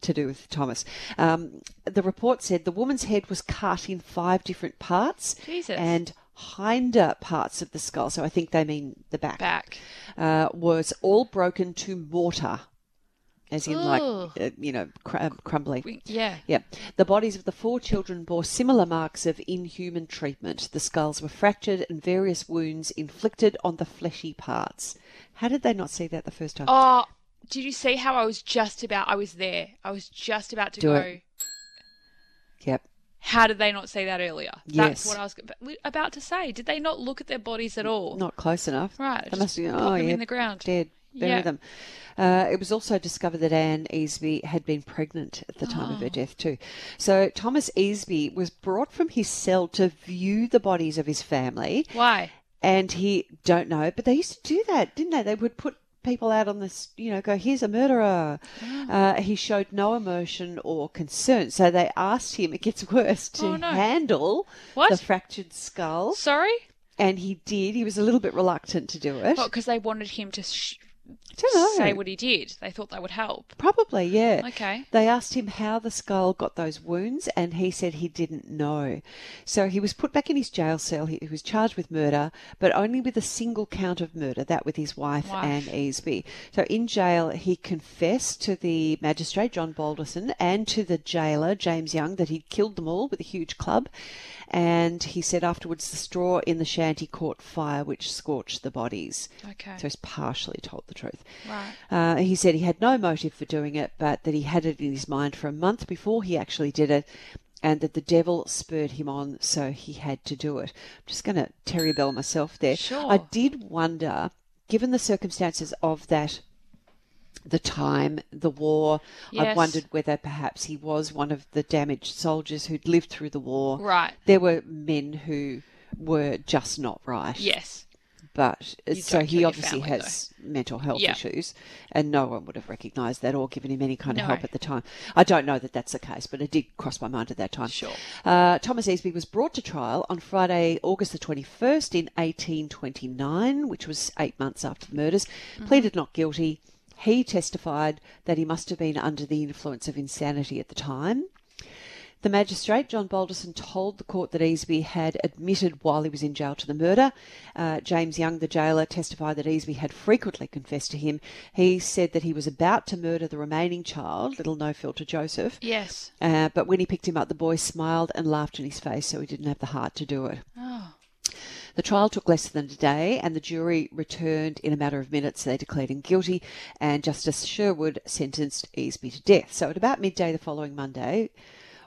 [SPEAKER 2] to do with Thomas. Um, the report said the woman's head was cut in five different parts
[SPEAKER 3] Jesus.
[SPEAKER 2] and hinder parts of the skull, so I think they mean the back,
[SPEAKER 3] Back.
[SPEAKER 2] Uh, was all broken to mortar, as in like,
[SPEAKER 3] Ugh.
[SPEAKER 2] uh, you know, cr- um, crumbly.
[SPEAKER 3] We- yeah.
[SPEAKER 2] Yeah. The bodies of the four children bore similar marks of inhuman treatment. The skulls were fractured and various wounds inflicted on the fleshy parts. How did they not see that the first time?
[SPEAKER 3] Oh, did you see how I was just about? I was there. I was just about to
[SPEAKER 2] Do
[SPEAKER 3] go.
[SPEAKER 2] it. Yep.
[SPEAKER 3] How did they not see that earlier?
[SPEAKER 2] Yes.
[SPEAKER 3] That's what I was ab- about to say. Did they not look at their bodies at all?
[SPEAKER 2] Not close enough.
[SPEAKER 3] Right,
[SPEAKER 2] They
[SPEAKER 3] just
[SPEAKER 2] must have,
[SPEAKER 3] put
[SPEAKER 2] oh,
[SPEAKER 3] them in
[SPEAKER 2] yeah,
[SPEAKER 3] the ground."
[SPEAKER 2] Dead. Bury
[SPEAKER 3] Yeah.
[SPEAKER 2] them. Uh, it was also discovered that Anne Easby had been pregnant at the time
[SPEAKER 3] Oh.
[SPEAKER 2] of her death, too. So Thomas Easby was brought from his cell to view the bodies of his family.
[SPEAKER 3] Why?
[SPEAKER 2] and he don't know but they used to do that didn't they they would put people out on this you know go here's a murderer uh, he showed no emotion or concern so they asked him it gets worse to
[SPEAKER 3] Oh, no.
[SPEAKER 2] handle
[SPEAKER 3] What?
[SPEAKER 2] the fractured skull
[SPEAKER 3] Sorry?
[SPEAKER 2] and he did he was a little bit reluctant to do it
[SPEAKER 3] Well, because they wanted him to sh-
[SPEAKER 2] don't know
[SPEAKER 3] say what he did. They thought that would help.
[SPEAKER 2] probably yeah
[SPEAKER 3] Okay.
[SPEAKER 2] They asked him how the skull got those wounds, and he said he didn't know. So he was put back in his jail cell. He, he was charged with murder, but only with a single count of murder, that with his wife,
[SPEAKER 3] Wife.
[SPEAKER 2] Anne Easby. So in jail, he confessed to the magistrate, John Balderson, and to the jailer, James Young, that he'd killed them all with a huge club. And he said afterwards, the straw in the shanty caught fire, which scorched the bodies.
[SPEAKER 3] Okay.
[SPEAKER 2] So he's partially told the truth.
[SPEAKER 3] Right.
[SPEAKER 2] Uh, he said he had no motive for doing it, but that he had it in his mind for a month before he actually did it, and that the devil spurred him on, so he had to do it. I'm just going to Terry Bell myself there.
[SPEAKER 3] Sure.
[SPEAKER 2] I did wonder, given the circumstances of that. The time, the war. I
[SPEAKER 3] Yes.
[SPEAKER 2] wondered whether perhaps he was one of the damaged soldiers who'd lived through the war.
[SPEAKER 3] Right.
[SPEAKER 2] There were men who were just not right
[SPEAKER 3] Yes.
[SPEAKER 2] but
[SPEAKER 3] You
[SPEAKER 2] so
[SPEAKER 3] don't
[SPEAKER 2] he
[SPEAKER 3] kill your
[SPEAKER 2] obviously
[SPEAKER 3] family,
[SPEAKER 2] has mental health
[SPEAKER 3] Yeah.
[SPEAKER 2] issues, and no one would have recognised that or given him any kind of
[SPEAKER 3] No.
[SPEAKER 2] help at the time. I don't know that that's the case, but it did cross my mind at that time.
[SPEAKER 3] Sure.
[SPEAKER 2] Uh, Thomas Easby was brought to trial on Friday, August the 21st in 1829, which was eight months after the murders,
[SPEAKER 3] Mm-hmm.
[SPEAKER 2] pleaded not guilty. He testified that he must have been under the influence of insanity at the time. The magistrate, John Balderson, told the court that Easby had admitted while he was in jail to the murder. Uh, James Young, the jailer, testified that Easby had frequently confessed to him. He said that he was about to murder the remaining child, little no filter Joseph,
[SPEAKER 3] Yes.
[SPEAKER 2] uh, but when he picked him up, the boy smiled and laughed in his face, so he didn't have the heart to do it.
[SPEAKER 3] Oh.
[SPEAKER 2] The trial took less than a day, and the jury returned in a matter of minutes. They declared him guilty, and Justice Sherwood sentenced Easby to death. So, at about midday the following Monday,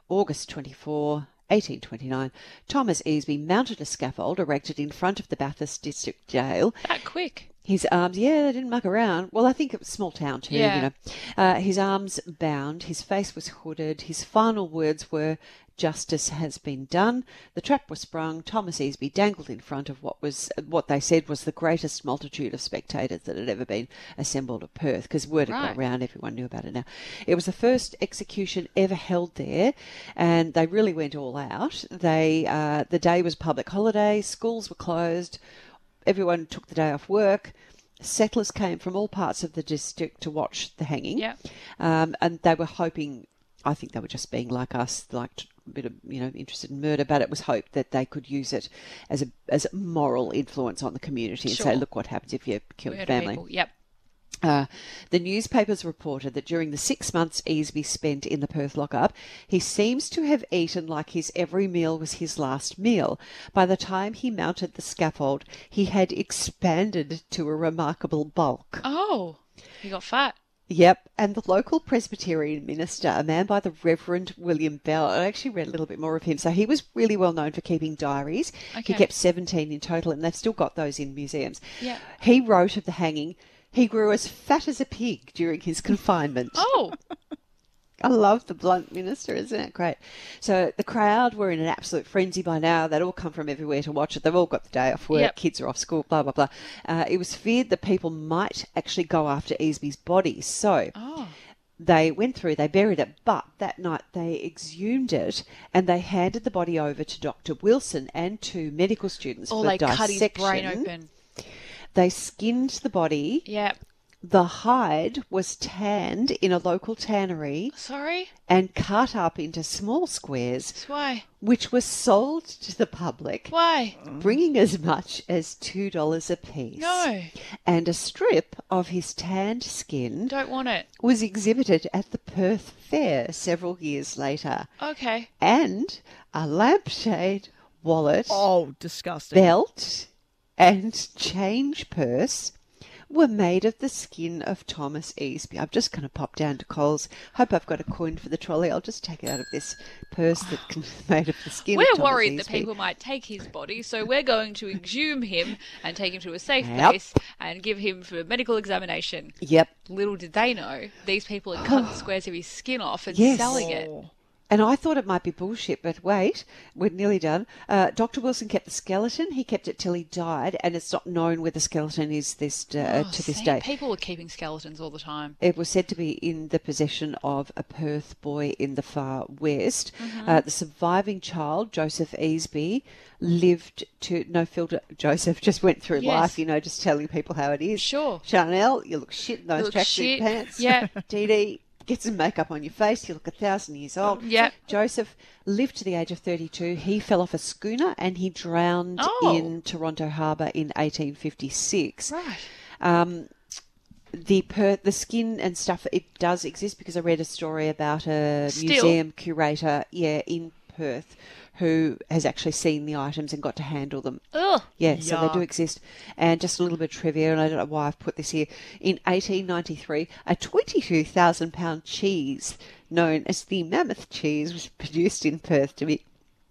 [SPEAKER 2] August 24, 1829, Thomas Easby mounted a scaffold erected in front of the Bathurst District Jail
[SPEAKER 3] That quick.
[SPEAKER 2] his arms, yeah, they didn't muck around. Well, I think it was small town too, you
[SPEAKER 3] Yeah.
[SPEAKER 2] know. Uh, his arms bound, his face was hooded. His final words were, "Justice has been done." The trap was sprung. Thomas Easby dangled in front of what was what they said was the greatest multitude of spectators that had ever been assembled at Perth, because word had got
[SPEAKER 3] Right.
[SPEAKER 2] around, everyone knew about it now. It was the first execution ever held there, and they really went all out. They uh, the day was public holiday, schools were closed everyone took the day off work. Settlers came from all parts of the district to watch the hanging.
[SPEAKER 3] Yep.
[SPEAKER 2] Um, and they were hoping, I think they were just being like us, like t- a bit of, you know, interested in murder, but it was hoped that they could use it as a, as a moral influence on the community and say,
[SPEAKER 3] Sure.
[SPEAKER 2] look what happens if you kill your
[SPEAKER 3] Murder
[SPEAKER 2] family.
[SPEAKER 3] people. Yep.
[SPEAKER 2] Uh, the newspapers reported that during the six months Easby spent in the Perth lockup, he seems to have eaten like his every meal was his last meal. By the time he mounted the scaffold, he had expanded to a remarkable bulk.
[SPEAKER 3] Oh. He got fat.
[SPEAKER 2] Yep, and the local Presbyterian minister, a man by the Reverend William Bell, I actually read a little bit more of him. So he was really well known for keeping diaries. He
[SPEAKER 3] Okay.
[SPEAKER 2] kept 17 in total, and they've still got those in museums.
[SPEAKER 3] Yeah.
[SPEAKER 2] He wrote of the hanging, he grew as fat as a pig during his confinement.
[SPEAKER 3] Oh.
[SPEAKER 2] I love the blunt minister, isn't it? Great. So the crowd were in an absolute frenzy by now. They'd all come from everywhere to watch it. They've all got the day off work.
[SPEAKER 3] Yep.
[SPEAKER 2] Kids are off school, blah, blah, blah. Uh, it was feared that people might actually go after Easby's body. So
[SPEAKER 3] oh.
[SPEAKER 2] they went through, they buried it, but that night they exhumed it and they handed the body over to Dr. Wilson and to medical students
[SPEAKER 3] Or
[SPEAKER 2] for
[SPEAKER 3] they Oh, cut
[SPEAKER 2] dissection.
[SPEAKER 3] his brain open.
[SPEAKER 2] They skinned the body
[SPEAKER 3] Yep.
[SPEAKER 2] The hide was tanned in a local tannery
[SPEAKER 3] Sorry?
[SPEAKER 2] and cut up into small squares,
[SPEAKER 3] Why?
[SPEAKER 2] which were sold to the public,
[SPEAKER 3] Why?
[SPEAKER 2] bringing as much as $2 apiece.
[SPEAKER 3] No.
[SPEAKER 2] And a strip of his tanned skin
[SPEAKER 3] Don't want it.
[SPEAKER 2] was exhibited at the Perth Fair several years later,
[SPEAKER 3] Okay.
[SPEAKER 2] and a lampshade, wallet,
[SPEAKER 4] Oh, disgusting.
[SPEAKER 2] belt, and change purse were made of the skin of Thomas Easby. I'm just going to pop down to Coles. Hope I've got a coin for the trolley. I'll just take it out of this purse that can made of the skin. of
[SPEAKER 3] We're
[SPEAKER 2] Thomas
[SPEAKER 3] worried that
[SPEAKER 2] Easby.
[SPEAKER 3] people might take his body, so we're going to exhume him and take him to a safe
[SPEAKER 2] Yep.
[SPEAKER 3] place and give him for medical examination.
[SPEAKER 2] Yep.
[SPEAKER 3] Little did they know, these people had cut squares of his skin off and
[SPEAKER 2] Yes.
[SPEAKER 4] Oh.
[SPEAKER 3] selling it.
[SPEAKER 2] And I thought it might be bullshit, but wait, we're nearly done. Uh, Dr. Wilson kept the skeleton. He kept it till he died, and it's not known where the skeleton is this uh,
[SPEAKER 3] Oh,
[SPEAKER 2] to this
[SPEAKER 3] see,
[SPEAKER 2] day.
[SPEAKER 3] People were keeping skeletons all the time.
[SPEAKER 2] It was said to be in the possession of a Perth boy in the far west.
[SPEAKER 3] Mm-hmm.
[SPEAKER 2] Uh, the surviving child, Joseph Easby, lived to no filter. Joseph just went through
[SPEAKER 3] Yes.
[SPEAKER 2] life, you know, just telling people how it is.
[SPEAKER 3] Sure.
[SPEAKER 2] Chanel, you look shit in
[SPEAKER 3] You
[SPEAKER 2] those
[SPEAKER 3] look
[SPEAKER 2] tracksuit
[SPEAKER 3] shit.
[SPEAKER 2] pants.
[SPEAKER 3] Yeah.
[SPEAKER 2] Dee Dee, get some makeup on your face. You look a thousand years old.
[SPEAKER 3] Yeah.
[SPEAKER 2] Joseph lived to the age of 32. He fell off a schooner and he drowned
[SPEAKER 3] Oh.
[SPEAKER 2] in Toronto Harbour in 1856
[SPEAKER 3] Right.
[SPEAKER 2] um, the per- the skin and stuff it does exist because I read a story about a
[SPEAKER 3] Still.
[SPEAKER 2] museum curator yeah in Perth who has actually seen the items and got to handle them.
[SPEAKER 3] Ugh.
[SPEAKER 2] Yeah, so they do
[SPEAKER 4] Yuck.
[SPEAKER 2] exist. And just a little bit of trivia, and I don't know why I've put this here. In 1893, a 22,000 pound cheese known as the mammoth cheese was produced in Perth to be,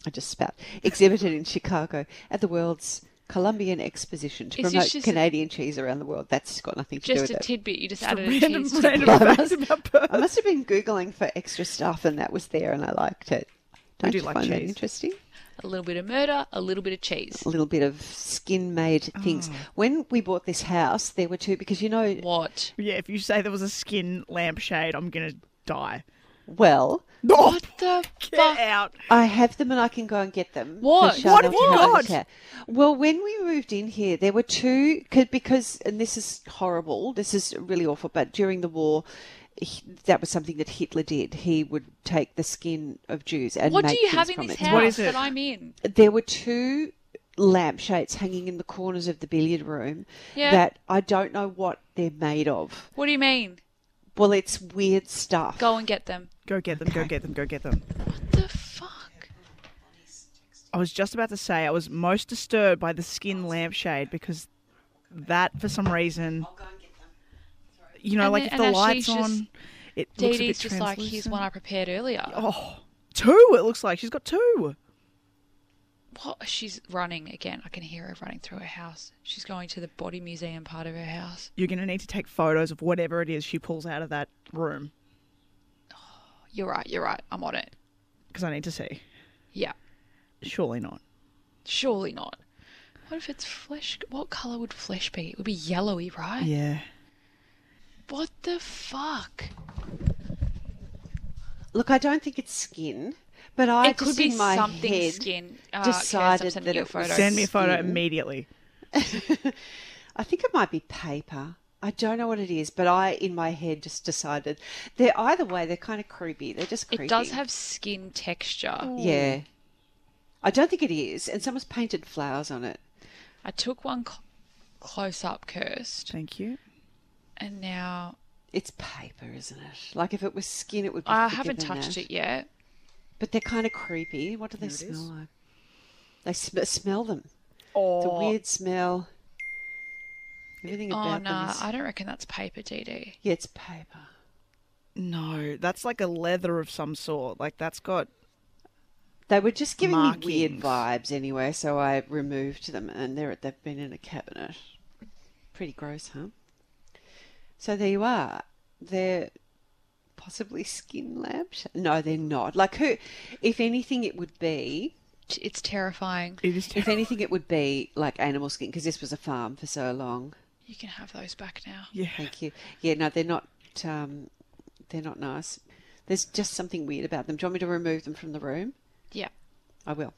[SPEAKER 2] I just spat, exhibited in Chicago at the world's Columbian Exposition to
[SPEAKER 3] Is this
[SPEAKER 2] promote
[SPEAKER 3] just a-
[SPEAKER 2] Canadian cheese around the world. That's got nothing to do
[SPEAKER 3] Just
[SPEAKER 2] with
[SPEAKER 3] a
[SPEAKER 2] it.
[SPEAKER 3] tidbit. You just
[SPEAKER 4] Just a
[SPEAKER 3] added a
[SPEAKER 4] random,
[SPEAKER 3] cheese to
[SPEAKER 4] random
[SPEAKER 2] Thomas.
[SPEAKER 4] fact about
[SPEAKER 2] I
[SPEAKER 4] Perth.
[SPEAKER 2] must have been Googling for extra stuff, and that was there, and I liked it. Don't
[SPEAKER 4] do
[SPEAKER 2] you
[SPEAKER 4] like
[SPEAKER 2] find that
[SPEAKER 4] cheese.
[SPEAKER 2] interesting?
[SPEAKER 3] a little bit of murder, a little bit of cheese.
[SPEAKER 2] a little bit of skin made things.
[SPEAKER 3] Oh.
[SPEAKER 2] When we bought this house, there were two because you know,
[SPEAKER 3] What?
[SPEAKER 4] Yeah, if you say there was a skin lampshade, I'm gonna die.
[SPEAKER 2] well,
[SPEAKER 4] Oh,
[SPEAKER 3] What the
[SPEAKER 4] get
[SPEAKER 3] fuck?
[SPEAKER 4] out.
[SPEAKER 2] I have them and I can go and get them. for
[SPEAKER 3] What?
[SPEAKER 2] Shana
[SPEAKER 4] What have you
[SPEAKER 2] to have a
[SPEAKER 4] got?
[SPEAKER 2] look at. Well, when we moved in here, there were two 'cause- because, and this is horrible. This is really awful. But during the war. he- That was something that Hitler did. He would take the skin of Jews and
[SPEAKER 3] What do
[SPEAKER 2] make
[SPEAKER 3] you have
[SPEAKER 2] things
[SPEAKER 3] in
[SPEAKER 2] from
[SPEAKER 3] this
[SPEAKER 2] it.
[SPEAKER 3] house
[SPEAKER 4] What is it?
[SPEAKER 3] that I'm in?
[SPEAKER 2] there were two lampshades hanging in the corners of the billiard room
[SPEAKER 3] Yeah.
[SPEAKER 2] that I don't know what they're made of.
[SPEAKER 3] What do you mean?
[SPEAKER 2] Well, it's weird stuff.
[SPEAKER 3] Go and get them.
[SPEAKER 4] Go get them, go get them, go get them.
[SPEAKER 3] What the fuck?
[SPEAKER 4] I was just about to say I was most disturbed by the skin lampshade because that for some reason you know,
[SPEAKER 3] And
[SPEAKER 4] like
[SPEAKER 3] then-
[SPEAKER 4] if
[SPEAKER 3] and
[SPEAKER 4] the
[SPEAKER 3] then she's
[SPEAKER 4] lights
[SPEAKER 3] just-
[SPEAKER 4] on it looks a bit
[SPEAKER 3] Dee Dee's just like, here's one I prepared earlier.
[SPEAKER 4] Oh, two it looks like. She's got two.
[SPEAKER 3] What? She's running again. I can hear her running through her house. She's going to the body museum part of her house.
[SPEAKER 4] You're gonna need to take photos of whatever it is she pulls out of that room.
[SPEAKER 3] You're right. You're right. I'm on it.
[SPEAKER 4] Because I need to see.
[SPEAKER 3] Yeah.
[SPEAKER 4] Surely not.
[SPEAKER 3] Surely not. What if it's flesh? What color would flesh be? It would be yellowy, right?
[SPEAKER 4] Yeah.
[SPEAKER 3] What the fuck?
[SPEAKER 2] Look, I don't think it's skin, but I
[SPEAKER 3] it could
[SPEAKER 2] just
[SPEAKER 3] be
[SPEAKER 2] in my
[SPEAKER 3] something
[SPEAKER 2] head
[SPEAKER 3] skin. Ah, okay, so I'm
[SPEAKER 2] decided
[SPEAKER 3] sending
[SPEAKER 2] that
[SPEAKER 3] you a
[SPEAKER 2] it was
[SPEAKER 3] photo.
[SPEAKER 4] Send me a photo
[SPEAKER 2] Skin.
[SPEAKER 4] immediately.
[SPEAKER 2] I think it might be paper. I don't know what it is, but I in my head just decided they're either way. They're kind of creepy. They're just creepy. Oh.
[SPEAKER 3] It does have skin texture.
[SPEAKER 2] yeah. I don't think it is, and someone's painted flowers on it.
[SPEAKER 3] I took one cl- close up cursed,
[SPEAKER 4] Thank you.
[SPEAKER 3] and now
[SPEAKER 2] It's paper, isn't it? Like if it was skin, it would. be
[SPEAKER 3] I haven't
[SPEAKER 2] forgiven
[SPEAKER 3] touched
[SPEAKER 2] that.
[SPEAKER 3] it yet.
[SPEAKER 2] But they're kind of creepy. What do they smell like? They sm- smell them. It's a
[SPEAKER 4] Oh,
[SPEAKER 2] weird smell. Everything
[SPEAKER 3] Oh
[SPEAKER 2] about
[SPEAKER 3] no,
[SPEAKER 2] them is...
[SPEAKER 3] I don't reckon that's paper, DD.
[SPEAKER 2] Yeah, it's paper.
[SPEAKER 4] no, that's like a leather of some sort. Like that's got
[SPEAKER 2] They were just giving me weird
[SPEAKER 4] Markings.
[SPEAKER 2] vibes anyway, so I removed them, and they're they've been in a cabinet. Pretty gross, huh? So there you are. They're possibly skin lampshades. No, they're not. Like who? If anything, it would be.
[SPEAKER 3] T- It's terrifying.
[SPEAKER 4] it is
[SPEAKER 2] If anything, it would be like animal skin because this was a farm for so long.
[SPEAKER 3] You can have those back now.
[SPEAKER 4] Yeah.
[SPEAKER 2] Thank you. Yeah, no, they're not. Um, they're not nice. There's just something weird about them. Do you want me to remove them from the room?
[SPEAKER 3] Yeah.
[SPEAKER 2] I will.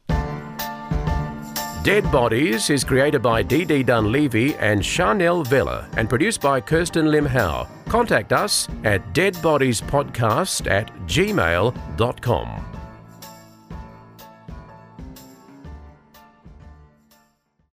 [SPEAKER 1] Dead Bodies is created by DD Dunleavy and Chanel Vella and produced by Kirsten Lim Howe. Contact us at deadbodiespodcast at gmail.com.